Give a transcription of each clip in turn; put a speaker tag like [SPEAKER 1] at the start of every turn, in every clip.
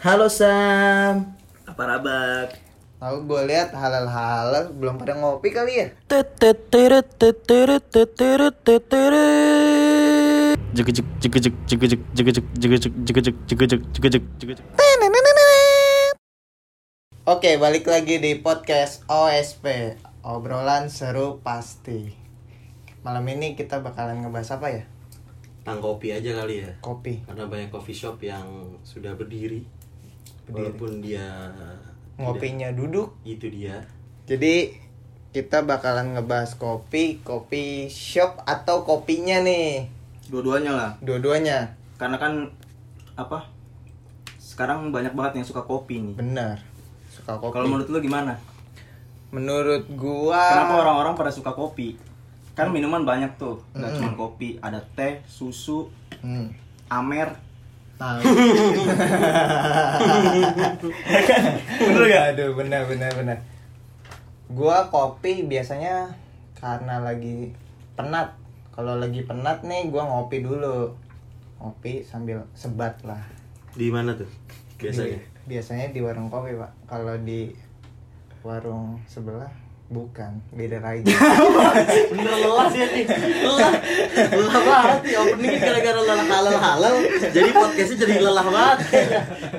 [SPEAKER 1] Halo Sam.
[SPEAKER 2] Apa rabat?
[SPEAKER 3] Tahu gue lihat halal-halal belum pada ngopi kali ya. Oke, balik lagi di podcast OSP. Obrolan seru pasti. Malam ini kita bakalan ngebahas apa ya?
[SPEAKER 2] Tang kopi aja kali ya.
[SPEAKER 3] Kopi.
[SPEAKER 2] Karena banyak coffee shop yang sudah berdiri. Walaupun dia
[SPEAKER 3] Ngopinya duduk.
[SPEAKER 2] tidak- itu dia.
[SPEAKER 3] Jadi kita bakalan ngebahas kopi, kopi shop atau kopinya nih.
[SPEAKER 4] dua-duanya lah
[SPEAKER 3] Dua-duanya.
[SPEAKER 4] karena kan apa sekarang banyak banget yang suka kopi nih
[SPEAKER 3] Bener. Suka kopi.
[SPEAKER 4] kalau menurut lu gimana
[SPEAKER 3] menurut gua
[SPEAKER 2] Ah.
[SPEAKER 4] kenapa orang-orang pada suka kopi kan
[SPEAKER 2] Hmm.
[SPEAKER 4] minuman banyak tuh nggak cuma kopi ada teh susu
[SPEAKER 3] Hmm.
[SPEAKER 4] amer
[SPEAKER 3] Tahu. bener gak? Aduh, bener bener bener. Gua kopi biasanya karena lagi penat. Kalau lagi penat nih, gua ngopi dulu. Ngopi sambil sebat lah.
[SPEAKER 2] Di mana tuh? Biasanya.
[SPEAKER 3] Di- biasanya di warung kopi pak. Kalau di warung sebelah bukan, beda lagi.
[SPEAKER 2] Bener lelah sih nih. Lelah. Lelah banget nih. Opening gara-gara lelah halal halal. Jadi podcastnya jadi lelah banget.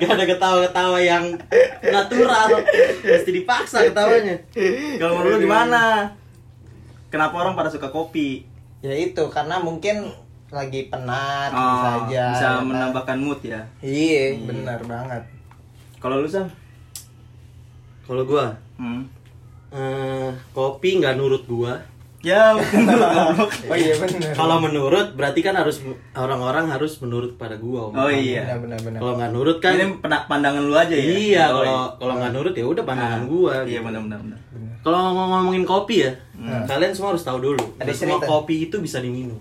[SPEAKER 2] Gak ada ketawa-ketawa yang natural. Pasti dipaksa ketawanya.
[SPEAKER 4] kalau menurut lu
[SPEAKER 2] Iya.
[SPEAKER 4] gimana kenapa orang pada suka kopi
[SPEAKER 3] ya itu karena mungkin lagi penat
[SPEAKER 4] Oh,
[SPEAKER 3] bisa aja.
[SPEAKER 4] bisa
[SPEAKER 3] ya kan?
[SPEAKER 4] menambahkan mood ya
[SPEAKER 3] Iya, bener banget.
[SPEAKER 4] kalau lu sam
[SPEAKER 2] Kalau gua
[SPEAKER 4] hmm.
[SPEAKER 2] eh, kopi nggak nurut gua.
[SPEAKER 4] ya goblok.
[SPEAKER 3] Oh iya bener.
[SPEAKER 2] Kalau menurut berarti kan harus orang-orang harus menurut pada gua. Om.
[SPEAKER 3] benar
[SPEAKER 4] oh iya
[SPEAKER 3] benar benar.
[SPEAKER 2] Kalau nggak nurut kan
[SPEAKER 4] ini pena- pandangan lu aja ya
[SPEAKER 2] Iya,
[SPEAKER 4] Oh,
[SPEAKER 2] kalau kalau nggak nurut ya udah pandangan
[SPEAKER 4] iya
[SPEAKER 2] gua.
[SPEAKER 4] Hmm.
[SPEAKER 2] gitu.
[SPEAKER 4] benar-benar benar.
[SPEAKER 2] Kalau ngomong- ngomongin kopi ya, kalian semua harus tahu dulu.
[SPEAKER 3] Ada
[SPEAKER 2] nggak semua
[SPEAKER 3] cerita.
[SPEAKER 2] kopi itu bisa diminum.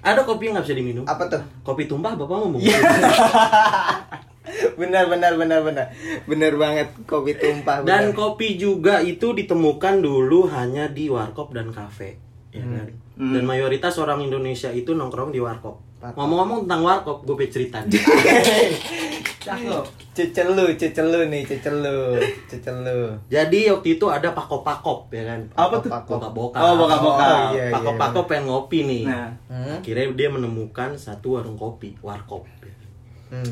[SPEAKER 2] Ada kopi yang nggak bisa diminum.
[SPEAKER 3] Apa tuh?
[SPEAKER 2] Kopi tumpah bapak ngomong.
[SPEAKER 3] Iya. benar benar benar benar. Benar banget kopi tumpah.
[SPEAKER 2] Dan
[SPEAKER 3] benar.
[SPEAKER 2] kopi juga itu ditemukan dulu hanya di warkop dan kafe. Ya
[SPEAKER 3] Hmm.
[SPEAKER 2] kan? Dan mayoritas orang Indonesia itu nongkrong di warkop.
[SPEAKER 3] Warkop.
[SPEAKER 2] Ngomong-ngomong tentang warkop, gue pengen cerita nih.
[SPEAKER 4] cakep
[SPEAKER 3] cecelu cecelu nih cecelu cecelu.
[SPEAKER 2] Jadi waktu itu ada pakop-pakop ya kan.
[SPEAKER 4] Apa tuh?
[SPEAKER 2] Bokap-bokap.
[SPEAKER 4] Oh, bokap-bokap.
[SPEAKER 3] Oh, iya, iya,
[SPEAKER 2] Pakop-pakop pengen ngopi nih.
[SPEAKER 4] Nah.
[SPEAKER 3] Hmm?
[SPEAKER 2] Akhirnya dia menemukan satu warung kopi, warkop. ya kan?
[SPEAKER 3] Hmm.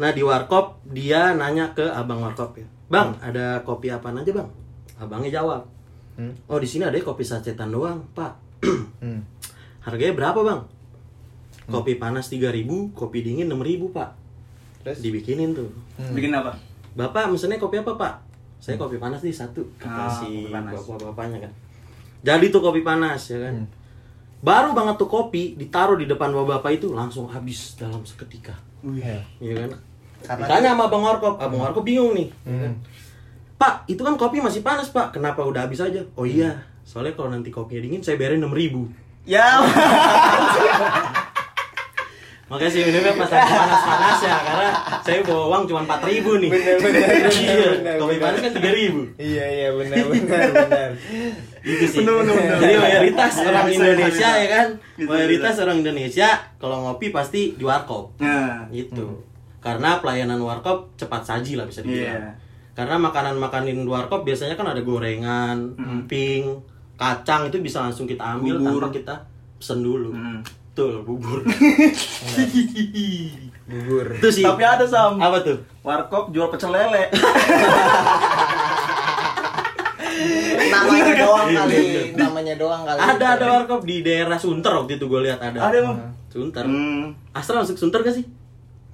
[SPEAKER 2] Nah di warkop dia nanya ke abang warkop ya, bang ada kopi apa aja bang? Abangnya jawab,
[SPEAKER 3] Hmm.
[SPEAKER 2] oh di sini ada kopi sacetan doang pak.
[SPEAKER 3] Hmm.
[SPEAKER 2] Harganya berapa bang? Kopi panas 3000, kopi dingin 6000 pak.
[SPEAKER 3] Terus?
[SPEAKER 2] Dibikinin tuh.
[SPEAKER 4] bikin apa
[SPEAKER 2] Bapak mesennya kopi apa pak? Saya kopi panas nih satu kata
[SPEAKER 4] Ah,
[SPEAKER 2] si
[SPEAKER 4] kopi panas.
[SPEAKER 2] bapak-bapaknya kan. Jadi tuh kopi panas ya kan.
[SPEAKER 3] Hmm.
[SPEAKER 2] Baru banget tuh kopi ditaruh di depan bapak-bapak itu langsung habis dalam seketika.
[SPEAKER 3] Iya.
[SPEAKER 2] Iya kan?
[SPEAKER 3] Karena-
[SPEAKER 2] Ditanya sama Bang Warkop, Abang Warkop bingung nih. ya kan?
[SPEAKER 3] Hmm.
[SPEAKER 2] Pak, itu kan kopi masih panas, Pak. Kenapa udah habis aja? Oh iya,
[SPEAKER 4] Hmm.
[SPEAKER 2] soalnya kalau nanti kopinya dingin saya bayarin 6000.
[SPEAKER 4] ya
[SPEAKER 2] Makanya sih minumnya pas lagi panas-panas ya karena saya bawa uang cuma 4000 nih.
[SPEAKER 3] Bener, bener, bener,
[SPEAKER 2] Iya,
[SPEAKER 3] bener,
[SPEAKER 2] kopi
[SPEAKER 3] bener.
[SPEAKER 2] panas kan 3000.
[SPEAKER 3] Iya iya benar benar benar.
[SPEAKER 2] Itu Gitu sih.
[SPEAKER 4] Bener, bener, bener. Gitu,
[SPEAKER 2] Jadi mayoritas
[SPEAKER 4] Iya,
[SPEAKER 2] orang
[SPEAKER 4] bisa,
[SPEAKER 2] Indonesia
[SPEAKER 4] bisa,
[SPEAKER 2] ya kan,
[SPEAKER 4] Bisa,
[SPEAKER 2] mayoritas orang Indonesia kalau ngopi pasti di warkop.
[SPEAKER 4] nah
[SPEAKER 2] gitu karena pelayanan warkop cepat saji lah bisa
[SPEAKER 4] Iya.
[SPEAKER 2] dibilang karena makanan makanan di warkop biasanya kan ada gorengan emping kacang itu bisa langsung kita ambil
[SPEAKER 4] Hmm. Bubur.
[SPEAKER 2] tanpa kita pesen dulu
[SPEAKER 4] Mm.
[SPEAKER 2] betul bubur
[SPEAKER 3] Bubur.
[SPEAKER 2] itu sih
[SPEAKER 4] Tapi ada sam.
[SPEAKER 2] apa tuh
[SPEAKER 4] Warkop jual pecel lele.
[SPEAKER 3] Namanya doang kali. Namanya doang kali.
[SPEAKER 2] Iya. ada ada warkop di daerah Sunter waktu itu gue lihat ada
[SPEAKER 4] Ada, Bang.
[SPEAKER 2] Sunter
[SPEAKER 4] Hmm.
[SPEAKER 2] Astra masuk Sunter gak sih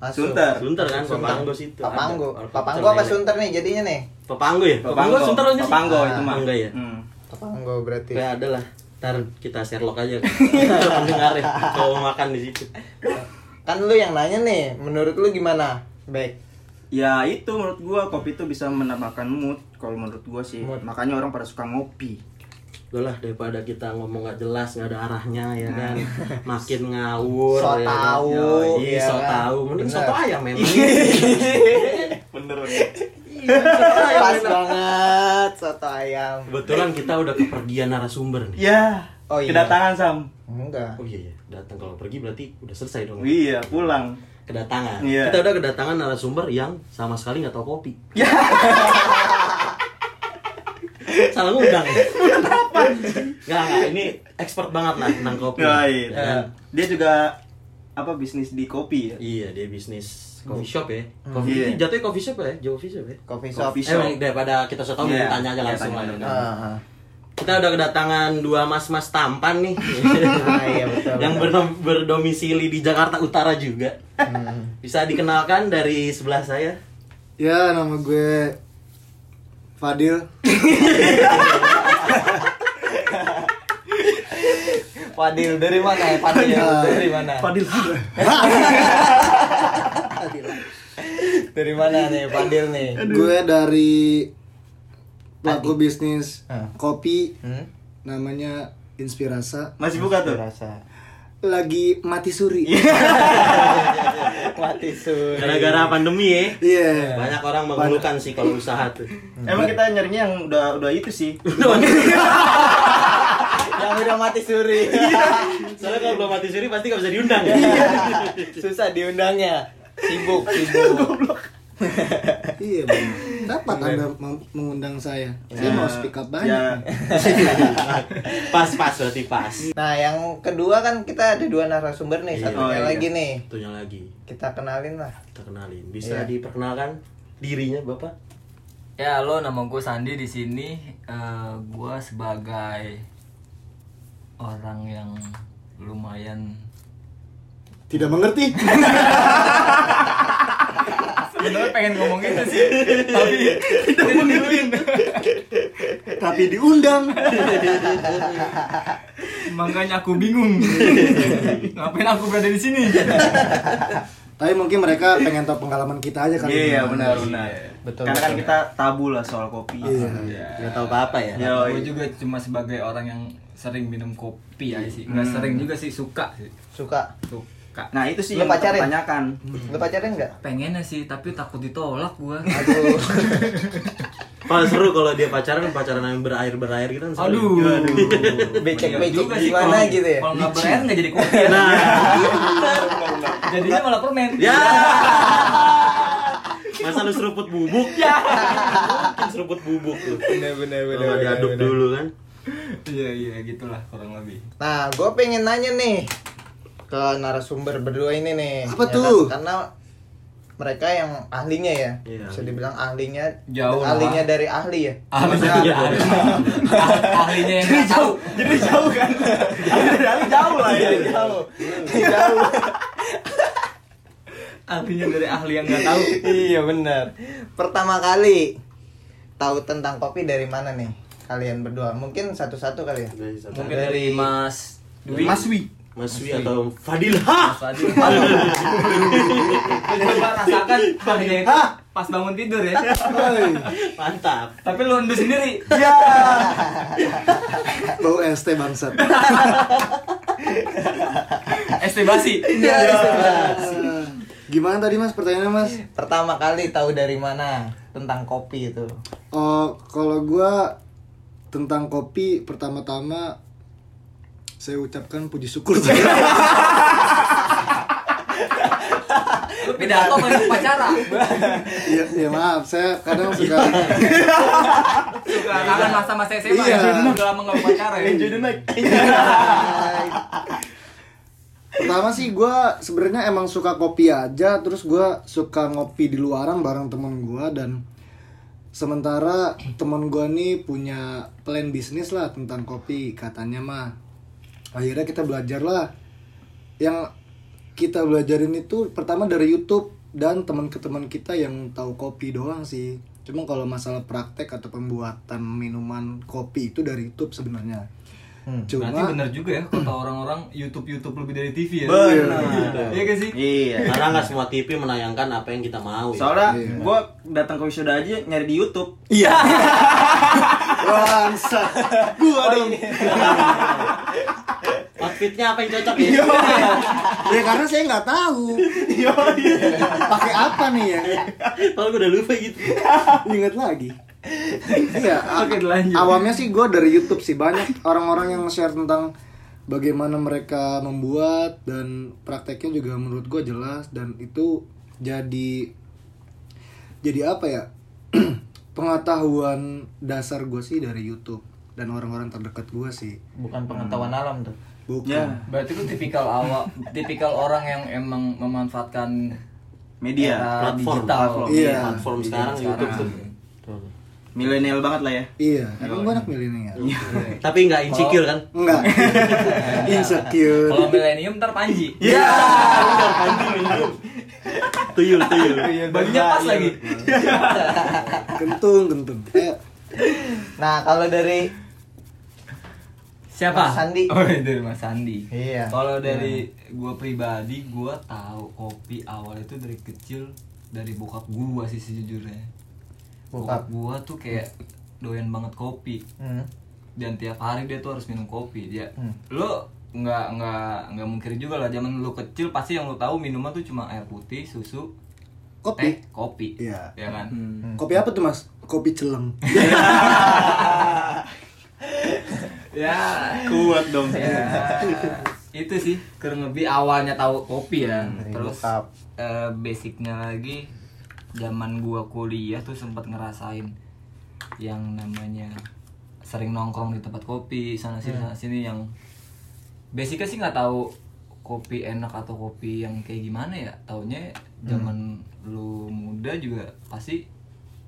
[SPEAKER 3] Masuk.
[SPEAKER 4] Sunter.
[SPEAKER 2] Sunter kan Papanggo situ ada
[SPEAKER 3] Papanggo.
[SPEAKER 2] warkop
[SPEAKER 3] Papanggo
[SPEAKER 2] pecel
[SPEAKER 3] apa
[SPEAKER 2] lele.
[SPEAKER 3] Sunter nih jadinya nih?
[SPEAKER 2] Papanggo ya Papanggo Sunter aja sih
[SPEAKER 4] Papanggo itu mah.
[SPEAKER 2] Papanggo ya
[SPEAKER 4] Hmm.
[SPEAKER 3] Papanggo berarti.
[SPEAKER 2] Ya ada lah. Ntar kita Sherlock aja. Kita pendengar ya. Kalau mau makan di situ.
[SPEAKER 3] Kan lu yang nanya nih, menurut lu gimana? Baik.
[SPEAKER 4] Ya itu menurut gua kopi itu bisa menambahkan mood kalau menurut gua sih.
[SPEAKER 3] Mood.
[SPEAKER 4] Makanya orang pada suka ngopi.
[SPEAKER 2] Udah lah daripada kita ngomong nggak jelas nggak ada arahnya ya kan. Makin ngawur.
[SPEAKER 3] So
[SPEAKER 2] ya kan?
[SPEAKER 3] tau,
[SPEAKER 2] Iya,
[SPEAKER 3] iya
[SPEAKER 2] so
[SPEAKER 3] kan?
[SPEAKER 2] tahu. Mending
[SPEAKER 3] Bener. Iya.
[SPEAKER 2] soto ayam memang.
[SPEAKER 4] Bener.
[SPEAKER 2] Soto ayam
[SPEAKER 3] Pas
[SPEAKER 2] enak.
[SPEAKER 3] banget soto ayam.
[SPEAKER 2] Kebetulan kita udah kepergian narasumber nih.
[SPEAKER 4] Ya.
[SPEAKER 3] Oh, iya.
[SPEAKER 4] Kedatangan sam.
[SPEAKER 3] Enggak.
[SPEAKER 2] Oh iya, iya. datang kalau pergi berarti udah selesai dong.
[SPEAKER 4] Iya pulang.
[SPEAKER 2] kedatangan.
[SPEAKER 4] Iya.
[SPEAKER 2] Kita udah kedatangan narasumber yang sama sekali nggak tahu kopi. Salah ngundang. Kenapa? Enggak, enggak, ini expert banget lah tentang kopi.
[SPEAKER 4] Right.
[SPEAKER 2] Ya kan?
[SPEAKER 4] Dia juga apa bisnis di kopi ya?
[SPEAKER 2] Iya, dia bisnis coffee shop ya. Coffee
[SPEAKER 4] Iya.
[SPEAKER 2] itu jatuhnya coffee shop ya, jauh coffee shop ya.
[SPEAKER 3] Coffee shop.
[SPEAKER 4] Coffee
[SPEAKER 2] Eh,
[SPEAKER 4] shop.
[SPEAKER 2] daripada kita so tau
[SPEAKER 4] Iya.
[SPEAKER 2] tanya aja
[SPEAKER 4] Iya,
[SPEAKER 2] langsung
[SPEAKER 4] tanya
[SPEAKER 2] lah.
[SPEAKER 4] dong.
[SPEAKER 3] Ah, ah.
[SPEAKER 2] Kita udah kedatangan dua mas-mas tampan nih.
[SPEAKER 3] Ah, iya, betul,
[SPEAKER 2] Yang
[SPEAKER 3] betul.
[SPEAKER 2] bernom- berdomisili di Jakarta Utara juga.
[SPEAKER 3] Hmm.
[SPEAKER 2] Bisa dikenalkan dari sebelah saya.
[SPEAKER 1] Ya, nama gue Fadil.
[SPEAKER 3] Fadil dari mana ya? Fadil dari mana?
[SPEAKER 4] Fadil.
[SPEAKER 3] Dari mana nih Fadil nih?
[SPEAKER 1] Gue dari pelaku bisnis
[SPEAKER 3] Ah.
[SPEAKER 1] kopi
[SPEAKER 3] Hmm?
[SPEAKER 1] namanya Inspirasa.
[SPEAKER 4] Masih buka tuh.
[SPEAKER 3] Rasa
[SPEAKER 1] Lagi mati suri. Iya.
[SPEAKER 3] mati suri.
[SPEAKER 2] Gara-gara pandemi ya.
[SPEAKER 1] Iya.
[SPEAKER 2] Banyak orang mengeluhkan sih kalau usaha tuh.
[SPEAKER 4] Emang kita nyarinya yang udah udah itu sih.
[SPEAKER 3] yang udah mati suri.
[SPEAKER 2] Soalnya kalau belum mati suri pasti gak bisa diundang ya.
[SPEAKER 3] Susah diundangnya. Sibuk, sibuk.
[SPEAKER 1] Iya, Bang. Dapat Anda mem- mengundang saya. Saya mau speak up banyak.
[SPEAKER 4] Iya. Ya.
[SPEAKER 2] pas pas berarti pas.
[SPEAKER 3] Nah, yang kedua kan kita ada dua narasumber nih,
[SPEAKER 2] Iya.
[SPEAKER 3] satunya
[SPEAKER 4] Oh, iya.
[SPEAKER 3] lagi nih.
[SPEAKER 2] Tentunya lagi
[SPEAKER 3] Kita kenalin lah.
[SPEAKER 2] kita kenalin. Bisa
[SPEAKER 3] Iya.
[SPEAKER 2] diperkenalkan dirinya Bapak?
[SPEAKER 5] Ya, halo nama gue Sandi di sini. Eh, gue sebagai orang yang lumayan
[SPEAKER 1] Tidak mengerti.
[SPEAKER 5] sebenarnya pengen ngomong itu sih, tapi
[SPEAKER 1] tapi diundang.
[SPEAKER 5] makanya aku bingung. Ngapain aku berada di sini?
[SPEAKER 1] Tapi mungkin mereka pengen tahu pengalaman kita aja kali. ya.
[SPEAKER 4] Iya,
[SPEAKER 1] Bang.
[SPEAKER 4] benar benar.
[SPEAKER 3] Betul,
[SPEAKER 4] Karena kan
[SPEAKER 3] betul.
[SPEAKER 4] kita tabu lah soal kopi.
[SPEAKER 1] Iya.
[SPEAKER 2] Gak tahu apa-apa ya.
[SPEAKER 4] Iya.
[SPEAKER 5] gue juga cuma sebagai orang yang sering minum kopi aja sih. Nggak sering juga sih, suka sih.
[SPEAKER 3] Suka.
[SPEAKER 5] Suka.
[SPEAKER 4] Nah, itu sih
[SPEAKER 3] Lu
[SPEAKER 4] yang kita
[SPEAKER 3] pacarin?
[SPEAKER 4] tanyakan.
[SPEAKER 3] Lu pacaran enggak?
[SPEAKER 5] Pengennya sih, tapi takut ditolak gue.
[SPEAKER 3] Aduh.
[SPEAKER 2] Kalau seru kalau dia pacaran pacaran yang berair berair gitu kan. seru.
[SPEAKER 5] Aduh.
[SPEAKER 3] Becek-becek
[SPEAKER 5] Iya Juga sih,
[SPEAKER 3] gimana
[SPEAKER 5] kalau-
[SPEAKER 3] gitu ya?
[SPEAKER 5] Kalau nggak berair nggak jadi kopi. ya.
[SPEAKER 2] Nah.
[SPEAKER 5] Jadinya malah permen. Iya.
[SPEAKER 2] Ya. Masa lu seruput bubuk? Ya. Mungkin seruput bubuk lu.
[SPEAKER 3] Bener, Iya, bener,
[SPEAKER 2] Kalau nggak diaduk dulu kan.
[SPEAKER 5] Iya iya gitulah kurang lebih.
[SPEAKER 3] Nah, gue pengen nanya nih ke narasumber berdua ini nih.
[SPEAKER 1] Apa
[SPEAKER 3] Ya
[SPEAKER 1] tuh?
[SPEAKER 3] kan? Karena mereka yang ahlinya ya,
[SPEAKER 2] Iya.
[SPEAKER 3] bisa dibilang ahlinya,
[SPEAKER 5] Jauh lah.
[SPEAKER 3] ahlinya dari ahli ya.
[SPEAKER 5] Ahlinya,
[SPEAKER 2] Iya.
[SPEAKER 5] ahlinya yang nggak tahu.
[SPEAKER 4] Jadi jauh kan. Dari jauh lah ya.
[SPEAKER 3] Jauh, jauh.
[SPEAKER 5] Ahlinya dari ahli yang nggak tahu.
[SPEAKER 3] iya benar. Pertama kali tahu tentang kopi dari mana nih kalian berdua? Mungkin satu-satu kali ya.
[SPEAKER 2] Dari satu.
[SPEAKER 5] Mungkin dari Mas Dwi.
[SPEAKER 4] Mas Wi.
[SPEAKER 2] Mas Wi atau Fadil ha.
[SPEAKER 5] Mas Fadil. Coba rasakan ahlinya itu pas bangun tidur ya.
[SPEAKER 1] Hei,
[SPEAKER 2] Mantap.
[SPEAKER 5] Tapi lu undur sendiri.
[SPEAKER 1] bau ST bangsat.
[SPEAKER 5] ST basi.
[SPEAKER 4] Iya,
[SPEAKER 1] Ah, Gimana tadi Mas pertanyaannya Mas?
[SPEAKER 3] Pertama kali tahu dari mana tentang kopi itu?
[SPEAKER 1] Oh, kalau gua tentang kopi pertama-tama saya ucapkan puji syukur.
[SPEAKER 5] Lu pidato sama upacara.
[SPEAKER 1] Iya, iya maaf, saya kadang suka
[SPEAKER 5] Suka kangen masa-masa SMA.
[SPEAKER 1] Iya.
[SPEAKER 5] ya. Udah lama nggak upacara ya.
[SPEAKER 4] Iya. Enjoy the night.
[SPEAKER 1] pertama sih gua sebenarnya emang suka kopi aja, terus gua suka ngopi di luaran bareng temen gua dan sementara temen gua nih punya plan bisnis lah tentang kopi katanya mah. Akhirnya kita belajar lah. Yang kita belajarin itu pertama dari YouTube dan teman ke teman kita yang tahu kopi doang sih. Cuma kalau masalah praktek atau pembuatan minuman kopi itu dari YouTube sebenarnya.
[SPEAKER 3] Hmm,
[SPEAKER 1] Cuma
[SPEAKER 5] Berarti bener juga ya kata orang-orang YouTube-YouTube lebih dari TV ya.
[SPEAKER 4] Benar.
[SPEAKER 5] Iya gak sih?
[SPEAKER 4] Iya.
[SPEAKER 2] Karena nggak semua TV menayangkan apa yang kita mau. ya.
[SPEAKER 4] Soalnya gua datang ke wisuda aja nyari di YouTube.
[SPEAKER 1] Bangsat. Gua dong.
[SPEAKER 2] Outfitnya apa yang cocok ya?
[SPEAKER 1] Ya karena saya nggak tahu. Pakai apa nih ya?
[SPEAKER 2] Kalau gue udah lupa gitu.
[SPEAKER 1] Ingat lagi. Iya, a-
[SPEAKER 5] Oke, dilanjut.
[SPEAKER 1] awalnya sih gue dari YouTube sih banyak orang-orang yang share tentang bagaimana mereka membuat dan prakteknya juga menurut gue jelas dan itu jadi jadi apa ya pengetahuan dasar gue sih dari YouTube dan orang-orang terdekat gue sih
[SPEAKER 3] bukan pengetahuan alam tuh
[SPEAKER 1] bukan
[SPEAKER 4] Ya,
[SPEAKER 5] Berarti lu tipikal awak, tipikal orang yang emang memanfaatkan
[SPEAKER 4] media,
[SPEAKER 5] era
[SPEAKER 4] platform,
[SPEAKER 5] digital.
[SPEAKER 4] platform.
[SPEAKER 1] Iya.
[SPEAKER 2] platform
[SPEAKER 5] Media
[SPEAKER 2] sekarang YouTube tuh.
[SPEAKER 4] Milenial banget lah ya.
[SPEAKER 1] iya emang gue anak milenial
[SPEAKER 2] Tapi nggak insecure kan?
[SPEAKER 1] enggak insecure
[SPEAKER 5] Kalau milenium ntar Panji.
[SPEAKER 4] Ya, tuyul, tuyul. Iya,
[SPEAKER 5] Bajunya pas lagi.
[SPEAKER 1] kentung kentung eh
[SPEAKER 3] nah kalau dari
[SPEAKER 5] Siapa?
[SPEAKER 3] Mas Sandi.
[SPEAKER 5] Oh, dari Mas Sandi.
[SPEAKER 3] Iya.
[SPEAKER 5] Kalau dari gua pribadi, gua tahu kopi awal itu dari kecil dari bokap gua sih sejujurnya.
[SPEAKER 3] Bokap.
[SPEAKER 5] Bokap gua tuh kayak doyan banget kopi
[SPEAKER 3] hmm,
[SPEAKER 5] dan tiap hari dia tuh harus minum kopi dia
[SPEAKER 3] Hmm.
[SPEAKER 5] lo nggak nggak nggak mungkin juga lah zaman lu kecil pasti yang lu tahu minuman tuh cuma air putih susu teh,
[SPEAKER 1] kopi
[SPEAKER 5] kopi
[SPEAKER 1] Iya.
[SPEAKER 5] ya kan
[SPEAKER 3] Hmm.
[SPEAKER 1] kopi apa tuh mas kopi celeng
[SPEAKER 5] ya
[SPEAKER 4] Kuat dong. Iya.
[SPEAKER 5] ya
[SPEAKER 3] Iya.
[SPEAKER 5] itu sih kurang lebih awalnya tahu kopi ya
[SPEAKER 3] Hmm, dari
[SPEAKER 5] terus
[SPEAKER 3] bokap.
[SPEAKER 5] eh, basicnya lagi zaman gua kuliah tuh sempat ngerasain yang namanya sering nongkrong di tempat kopi sana sini
[SPEAKER 3] Hmm.
[SPEAKER 5] sana sini yang basicnya sih nggak tahu kopi enak atau kopi yang kayak gimana ya taunya zaman
[SPEAKER 3] Hmm.
[SPEAKER 5] lu muda juga pasti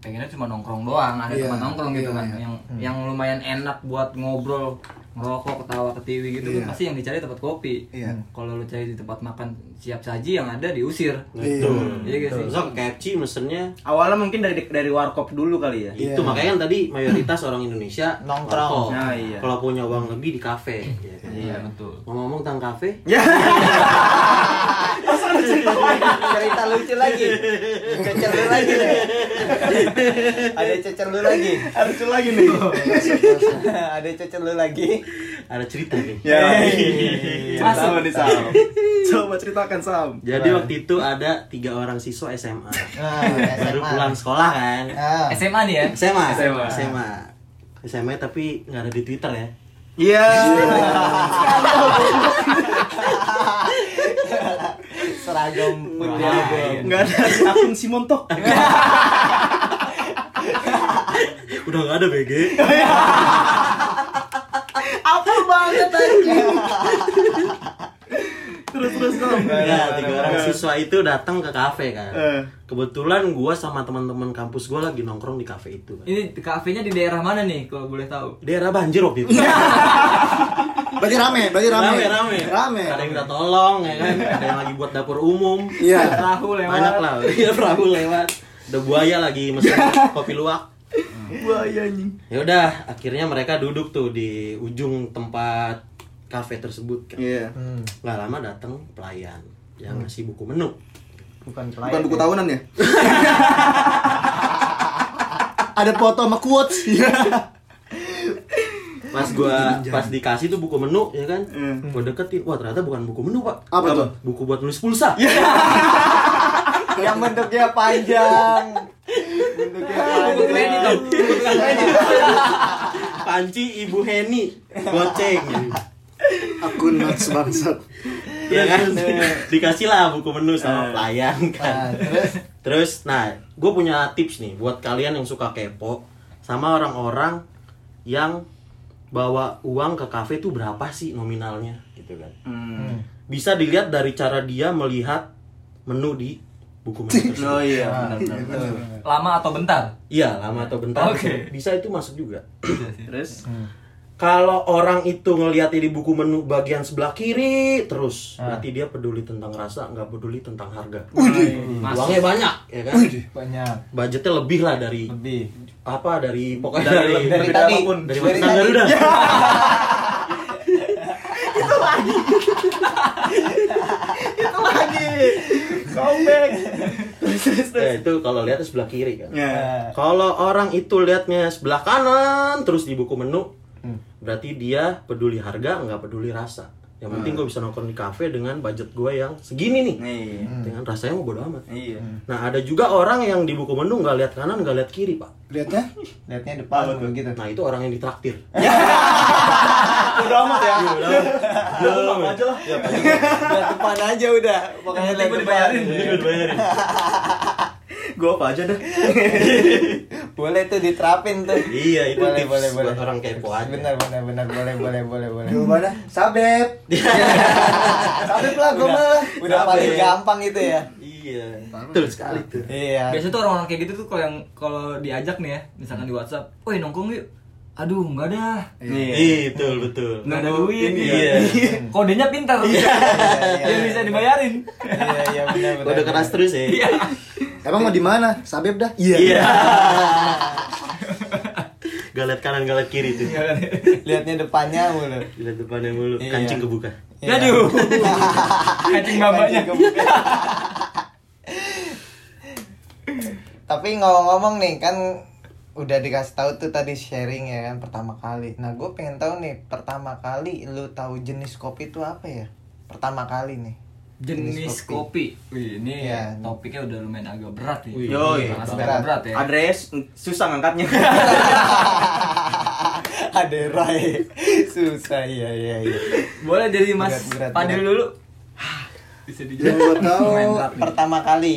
[SPEAKER 5] pengennya cuma nongkrong doang ada
[SPEAKER 1] Iya,
[SPEAKER 5] tempat nongkrong gitu
[SPEAKER 1] iya,
[SPEAKER 5] kan
[SPEAKER 1] iya.
[SPEAKER 5] yang yang lumayan enak buat ngobrol ngerokok ketawa ketiwi gitu
[SPEAKER 1] Iya.
[SPEAKER 5] kan pasti yang dicari tempat kopi Hmm.
[SPEAKER 1] Iya.
[SPEAKER 5] kalau lu cari di tempat makan siap saji yang ada diusir
[SPEAKER 1] Betul.
[SPEAKER 5] iya gak sih
[SPEAKER 2] Sok KFC mesennya
[SPEAKER 4] Awalnya mungkin dari dari warkop dulu kali ya.
[SPEAKER 1] Iya.
[SPEAKER 2] itu makanya kan tadi mayoritas orang Indonesia
[SPEAKER 3] Nongkrong.
[SPEAKER 2] ngerokok.
[SPEAKER 4] Nah, iya.
[SPEAKER 2] Kalau punya uang lebih di kafe. ya kan?
[SPEAKER 5] iya betul
[SPEAKER 2] Ngomong-ngomong tentang kafe,
[SPEAKER 3] cerita lucu lagi cecer lu lagi nih ada cecer lu lagi
[SPEAKER 4] Harus lagi nih.
[SPEAKER 3] ada cecer lu lagi
[SPEAKER 2] ada cerita nih.
[SPEAKER 4] Ya. Tahu
[SPEAKER 5] Masuk.
[SPEAKER 4] nih Sam. Coba ceritakan Sam.
[SPEAKER 2] Jadi waktu itu ada tiga orang siswa SMA.
[SPEAKER 3] nah
[SPEAKER 2] Baru
[SPEAKER 3] SMA.
[SPEAKER 2] pulang sekolah kan.
[SPEAKER 3] Ah,
[SPEAKER 5] SMA nih ya
[SPEAKER 2] SMA.
[SPEAKER 4] SMA.
[SPEAKER 2] SMA. SMA tapi nggak ada di Twitter ya.
[SPEAKER 4] Iya.
[SPEAKER 3] seragam putih
[SPEAKER 2] Wah.
[SPEAKER 3] abu-abu.
[SPEAKER 4] Enggak ada akun si Montok.
[SPEAKER 2] Udah nggak ada BG.
[SPEAKER 3] apa banget aja
[SPEAKER 4] Terus terus Sam.
[SPEAKER 2] Nah, tiga orang siswa itu datang ke kafe kan.
[SPEAKER 4] Eh.
[SPEAKER 2] Kebetulan gua sama teman-teman kampus gua lagi nongkrong di kafe itu. Kan.
[SPEAKER 5] ini kafenya di daerah mana nih kalau boleh tahu
[SPEAKER 2] Daerah banjir waktu itu.
[SPEAKER 1] berarti rame berarti rame
[SPEAKER 2] Iya, rame rame
[SPEAKER 1] rame
[SPEAKER 2] ada yang minta tolong ya kan ada yang lagi buat dapur umum
[SPEAKER 1] Iya.
[SPEAKER 5] Perahu lewat.
[SPEAKER 2] banyak lah iya perahu lewat ada buaya lagi mesen kopi luwak
[SPEAKER 4] Buaya anjing.
[SPEAKER 2] ya udah akhirnya mereka duduk tuh di ujung tempat kafe tersebut kan
[SPEAKER 4] Iya.
[SPEAKER 3] hmm,
[SPEAKER 2] nggak lama datang pelayan yang ngasih buku menu
[SPEAKER 3] bukan pelayan
[SPEAKER 4] Bukan buku tahunan ya?
[SPEAKER 1] ada foto sama quotes Iya.
[SPEAKER 2] pas gua pas dikasih tuh buku menu ya kan
[SPEAKER 4] Hmm.
[SPEAKER 2] gua deketin wah ternyata bukan buku menu pak
[SPEAKER 1] Apa tuh?
[SPEAKER 2] buku buat nulis pulsa
[SPEAKER 3] yang bentuknya panjang bentuknya
[SPEAKER 5] Buku kredit
[SPEAKER 3] panjang
[SPEAKER 5] dong. Buku kredit.
[SPEAKER 2] panci ibu Heni goceng
[SPEAKER 1] akun Max bangsat
[SPEAKER 2] ya kan dikasih lah buku menu sama pelayan
[SPEAKER 3] nah,
[SPEAKER 2] kan
[SPEAKER 3] terus
[SPEAKER 2] terus nah gue punya tips nih buat kalian yang suka kepo sama orang-orang yang bawa uang ke kafe tuh berapa sih nominalnya gitu kan
[SPEAKER 4] Hmm.
[SPEAKER 2] bisa dilihat dari cara dia melihat menu di buku
[SPEAKER 4] Oh
[SPEAKER 2] menu tersebut.
[SPEAKER 4] iya,
[SPEAKER 3] Ah,
[SPEAKER 4] benar-benar.
[SPEAKER 5] lama atau bentar
[SPEAKER 2] iya lama atau bentar
[SPEAKER 5] Oke.
[SPEAKER 2] bisa itu masuk juga
[SPEAKER 4] Terus
[SPEAKER 2] kalau orang itu ngelihat di buku menu bagian sebelah kiri terus berarti dia peduli tentang rasa nggak peduli tentang harga uangnya banyak ya kan
[SPEAKER 3] banyak
[SPEAKER 2] budgetnya lebih lah dari
[SPEAKER 3] lebih
[SPEAKER 2] apa dari pokoknya dari
[SPEAKER 3] dari
[SPEAKER 4] Dari-
[SPEAKER 2] dari,
[SPEAKER 4] Dari
[SPEAKER 3] tadi
[SPEAKER 4] apapun.
[SPEAKER 2] Bintang Garuda.
[SPEAKER 4] comeback.
[SPEAKER 2] Ya, itu kalau lihat tuh sebelah kiri kan.
[SPEAKER 4] Ya.
[SPEAKER 2] Kalau orang itu lihatnya sebelah kanan terus di buku menu, berarti dia peduli harga nggak peduli rasa. yang penting gue bisa nongkrong di kafe dengan budget gue yang segini nih
[SPEAKER 4] Nih.
[SPEAKER 2] dengan rasanya mau bodo amat
[SPEAKER 4] Iya.
[SPEAKER 2] nah ada juga orang yang di buku menu nggak lihat kanan nggak lihat kiri pak
[SPEAKER 1] Lihatnya?
[SPEAKER 3] Lihatnya depan gitu. begitu.
[SPEAKER 2] nah itu orang yang ditraktir
[SPEAKER 4] Udah amat ya.
[SPEAKER 2] Belum. Ya,
[SPEAKER 3] Lihat depan aja udah. Pokoknya
[SPEAKER 4] Yang penting gue dibayarin.
[SPEAKER 5] Iya.
[SPEAKER 4] Gue dibayarin. Gue apa aja deh.
[SPEAKER 3] Boleh tuh diterapin tuh.
[SPEAKER 2] Iya, itu
[SPEAKER 3] boleh,
[SPEAKER 2] tips
[SPEAKER 3] boleh,
[SPEAKER 2] buat
[SPEAKER 3] boleh.
[SPEAKER 2] orang kepo aja.
[SPEAKER 3] Benar, benar, benar. Boleh, boleh, boleh, boleh.
[SPEAKER 1] Jawabannya sabep.
[SPEAKER 3] Sabit lah gue
[SPEAKER 4] Udah.
[SPEAKER 3] mah. Udah
[SPEAKER 4] Sabit.
[SPEAKER 3] paling gampang itu ya.
[SPEAKER 2] iya betul sekali tuh
[SPEAKER 3] Iya.
[SPEAKER 5] Biasanya tuh orang-orang kayak gitu tuh kalau yang kalau diajak nih ya, misalkan di WhatsApp, "Woi, nongkrong yuk." Aduh, enggak dah.
[SPEAKER 4] Nih.
[SPEAKER 2] Iya, betul betul
[SPEAKER 5] Enggak ada
[SPEAKER 4] Nunggu
[SPEAKER 5] duit.
[SPEAKER 4] ini
[SPEAKER 5] Iya. Kodenya pintar. Iya.
[SPEAKER 3] iya,
[SPEAKER 5] bisa
[SPEAKER 3] iya.
[SPEAKER 5] dibayarin.
[SPEAKER 3] Iya, iya benar, benar.
[SPEAKER 2] udah keras terus ya
[SPEAKER 5] Iya.
[SPEAKER 1] Emang mau di mana? Sabep dah.
[SPEAKER 2] iya Gak lihat kanan gak lihat kiri tuh
[SPEAKER 3] Lihatnya depannya mulu.
[SPEAKER 2] lihat depannya mulu
[SPEAKER 3] Iya.
[SPEAKER 2] kancing kebuka
[SPEAKER 3] Iya.
[SPEAKER 5] Aduh. Kacing babanya.
[SPEAKER 3] Kancing kebuka. Tapi ngomong-ngomong nih kan udah dikasih tahu tuh tadi sharing ya kan pertama kali. Nah gue pengen tahu nih pertama kali lu tahu jenis kopi itu apa ya? Pertama kali nih.
[SPEAKER 5] Jenis kopi. Wih, ini
[SPEAKER 3] Iya.
[SPEAKER 5] topiknya udah lumayan agak berat nih.
[SPEAKER 2] Wih,
[SPEAKER 4] Yoi,
[SPEAKER 3] berat.
[SPEAKER 5] Agak berat. berat ya.
[SPEAKER 4] Adres susah ngangkatnya.
[SPEAKER 3] Ada Rai. Susah ya ya ya.
[SPEAKER 5] Boleh dari Mas
[SPEAKER 3] Berat, berat,
[SPEAKER 5] Padil
[SPEAKER 3] berat.
[SPEAKER 5] dulu. Hah, Bisa
[SPEAKER 1] Yang gue
[SPEAKER 5] dijawab.
[SPEAKER 1] tahu
[SPEAKER 5] Lumayan berat nih.
[SPEAKER 3] Oh, Pertama kali.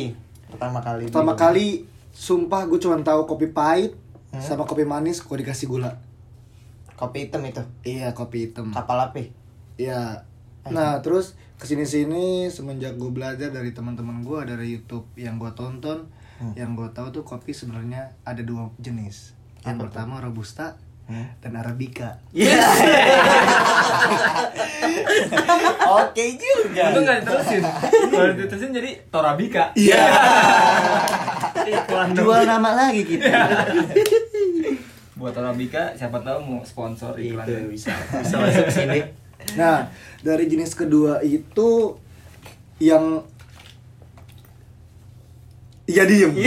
[SPEAKER 3] Pertama kali.
[SPEAKER 1] pertama
[SPEAKER 3] Di-
[SPEAKER 1] kali sumpah gue cuma tahu kopi pahit sama kopi manis gue dikasih gula.
[SPEAKER 3] Kopi hitam itu.
[SPEAKER 1] Iya kopi hitam.
[SPEAKER 3] Kapal api.
[SPEAKER 1] Iya. Nah terus kesini sini semenjak gue belajar dari teman-teman gue dari YouTube yang gue tonton, yang gue tahu tuh kopi sebenarnya ada dua jenis. Yang pertama robusta
[SPEAKER 5] Hmm.
[SPEAKER 1] dan arabica.
[SPEAKER 3] Oke juga.
[SPEAKER 5] Untung nggak diterusin. Kalau diterusin jadi Torabika. Iya. Iklan dong.
[SPEAKER 1] Jual nama lagi kita.
[SPEAKER 5] Buat Torabika siapa tahu mau sponsor
[SPEAKER 2] itu
[SPEAKER 5] iklan. dari-
[SPEAKER 2] bisa Gitu. bisa masuk sini
[SPEAKER 1] Nah, dari jenis kedua itu yang Iya diem.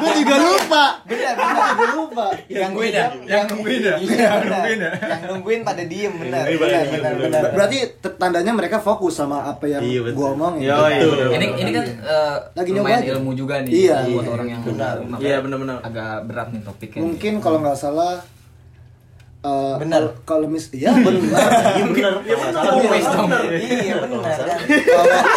[SPEAKER 1] gue juga lupa. Benar, benar, gue lupa.
[SPEAKER 3] Yang
[SPEAKER 5] nungguin ya?
[SPEAKER 3] diam-
[SPEAKER 5] Yang nungguin ya?
[SPEAKER 3] Iya,
[SPEAKER 5] Yang
[SPEAKER 3] benar.
[SPEAKER 5] nungguin ya? Iya,
[SPEAKER 3] Yang nungguin pada diem benar. Iya,
[SPEAKER 2] Yang nungguin
[SPEAKER 3] Benar,
[SPEAKER 2] pada diem,
[SPEAKER 3] benar,
[SPEAKER 2] benar.
[SPEAKER 3] benar.
[SPEAKER 1] Berarti te- tandanya mereka fokus sama apa yang
[SPEAKER 2] Iya,
[SPEAKER 1] gue
[SPEAKER 2] betul.
[SPEAKER 1] omongin.
[SPEAKER 4] Yoi, betul.
[SPEAKER 5] Ini ini kan eh,
[SPEAKER 1] Lagi
[SPEAKER 5] lumayan
[SPEAKER 1] nyoba aja.
[SPEAKER 5] ilmu juga nih
[SPEAKER 1] Iya.
[SPEAKER 5] buat
[SPEAKER 1] Iya,
[SPEAKER 5] orang yang
[SPEAKER 2] benar.
[SPEAKER 5] makanya
[SPEAKER 4] Iya, benar-benar.
[SPEAKER 5] Agak berat nih topiknya.
[SPEAKER 1] Mungkin kalau nggak salah eh,
[SPEAKER 3] Benar.
[SPEAKER 1] kalau- Kalau mis, ya benar.
[SPEAKER 2] iya benar iya benar
[SPEAKER 5] Kalau nggak salah,
[SPEAKER 2] benar
[SPEAKER 3] Iya, benar.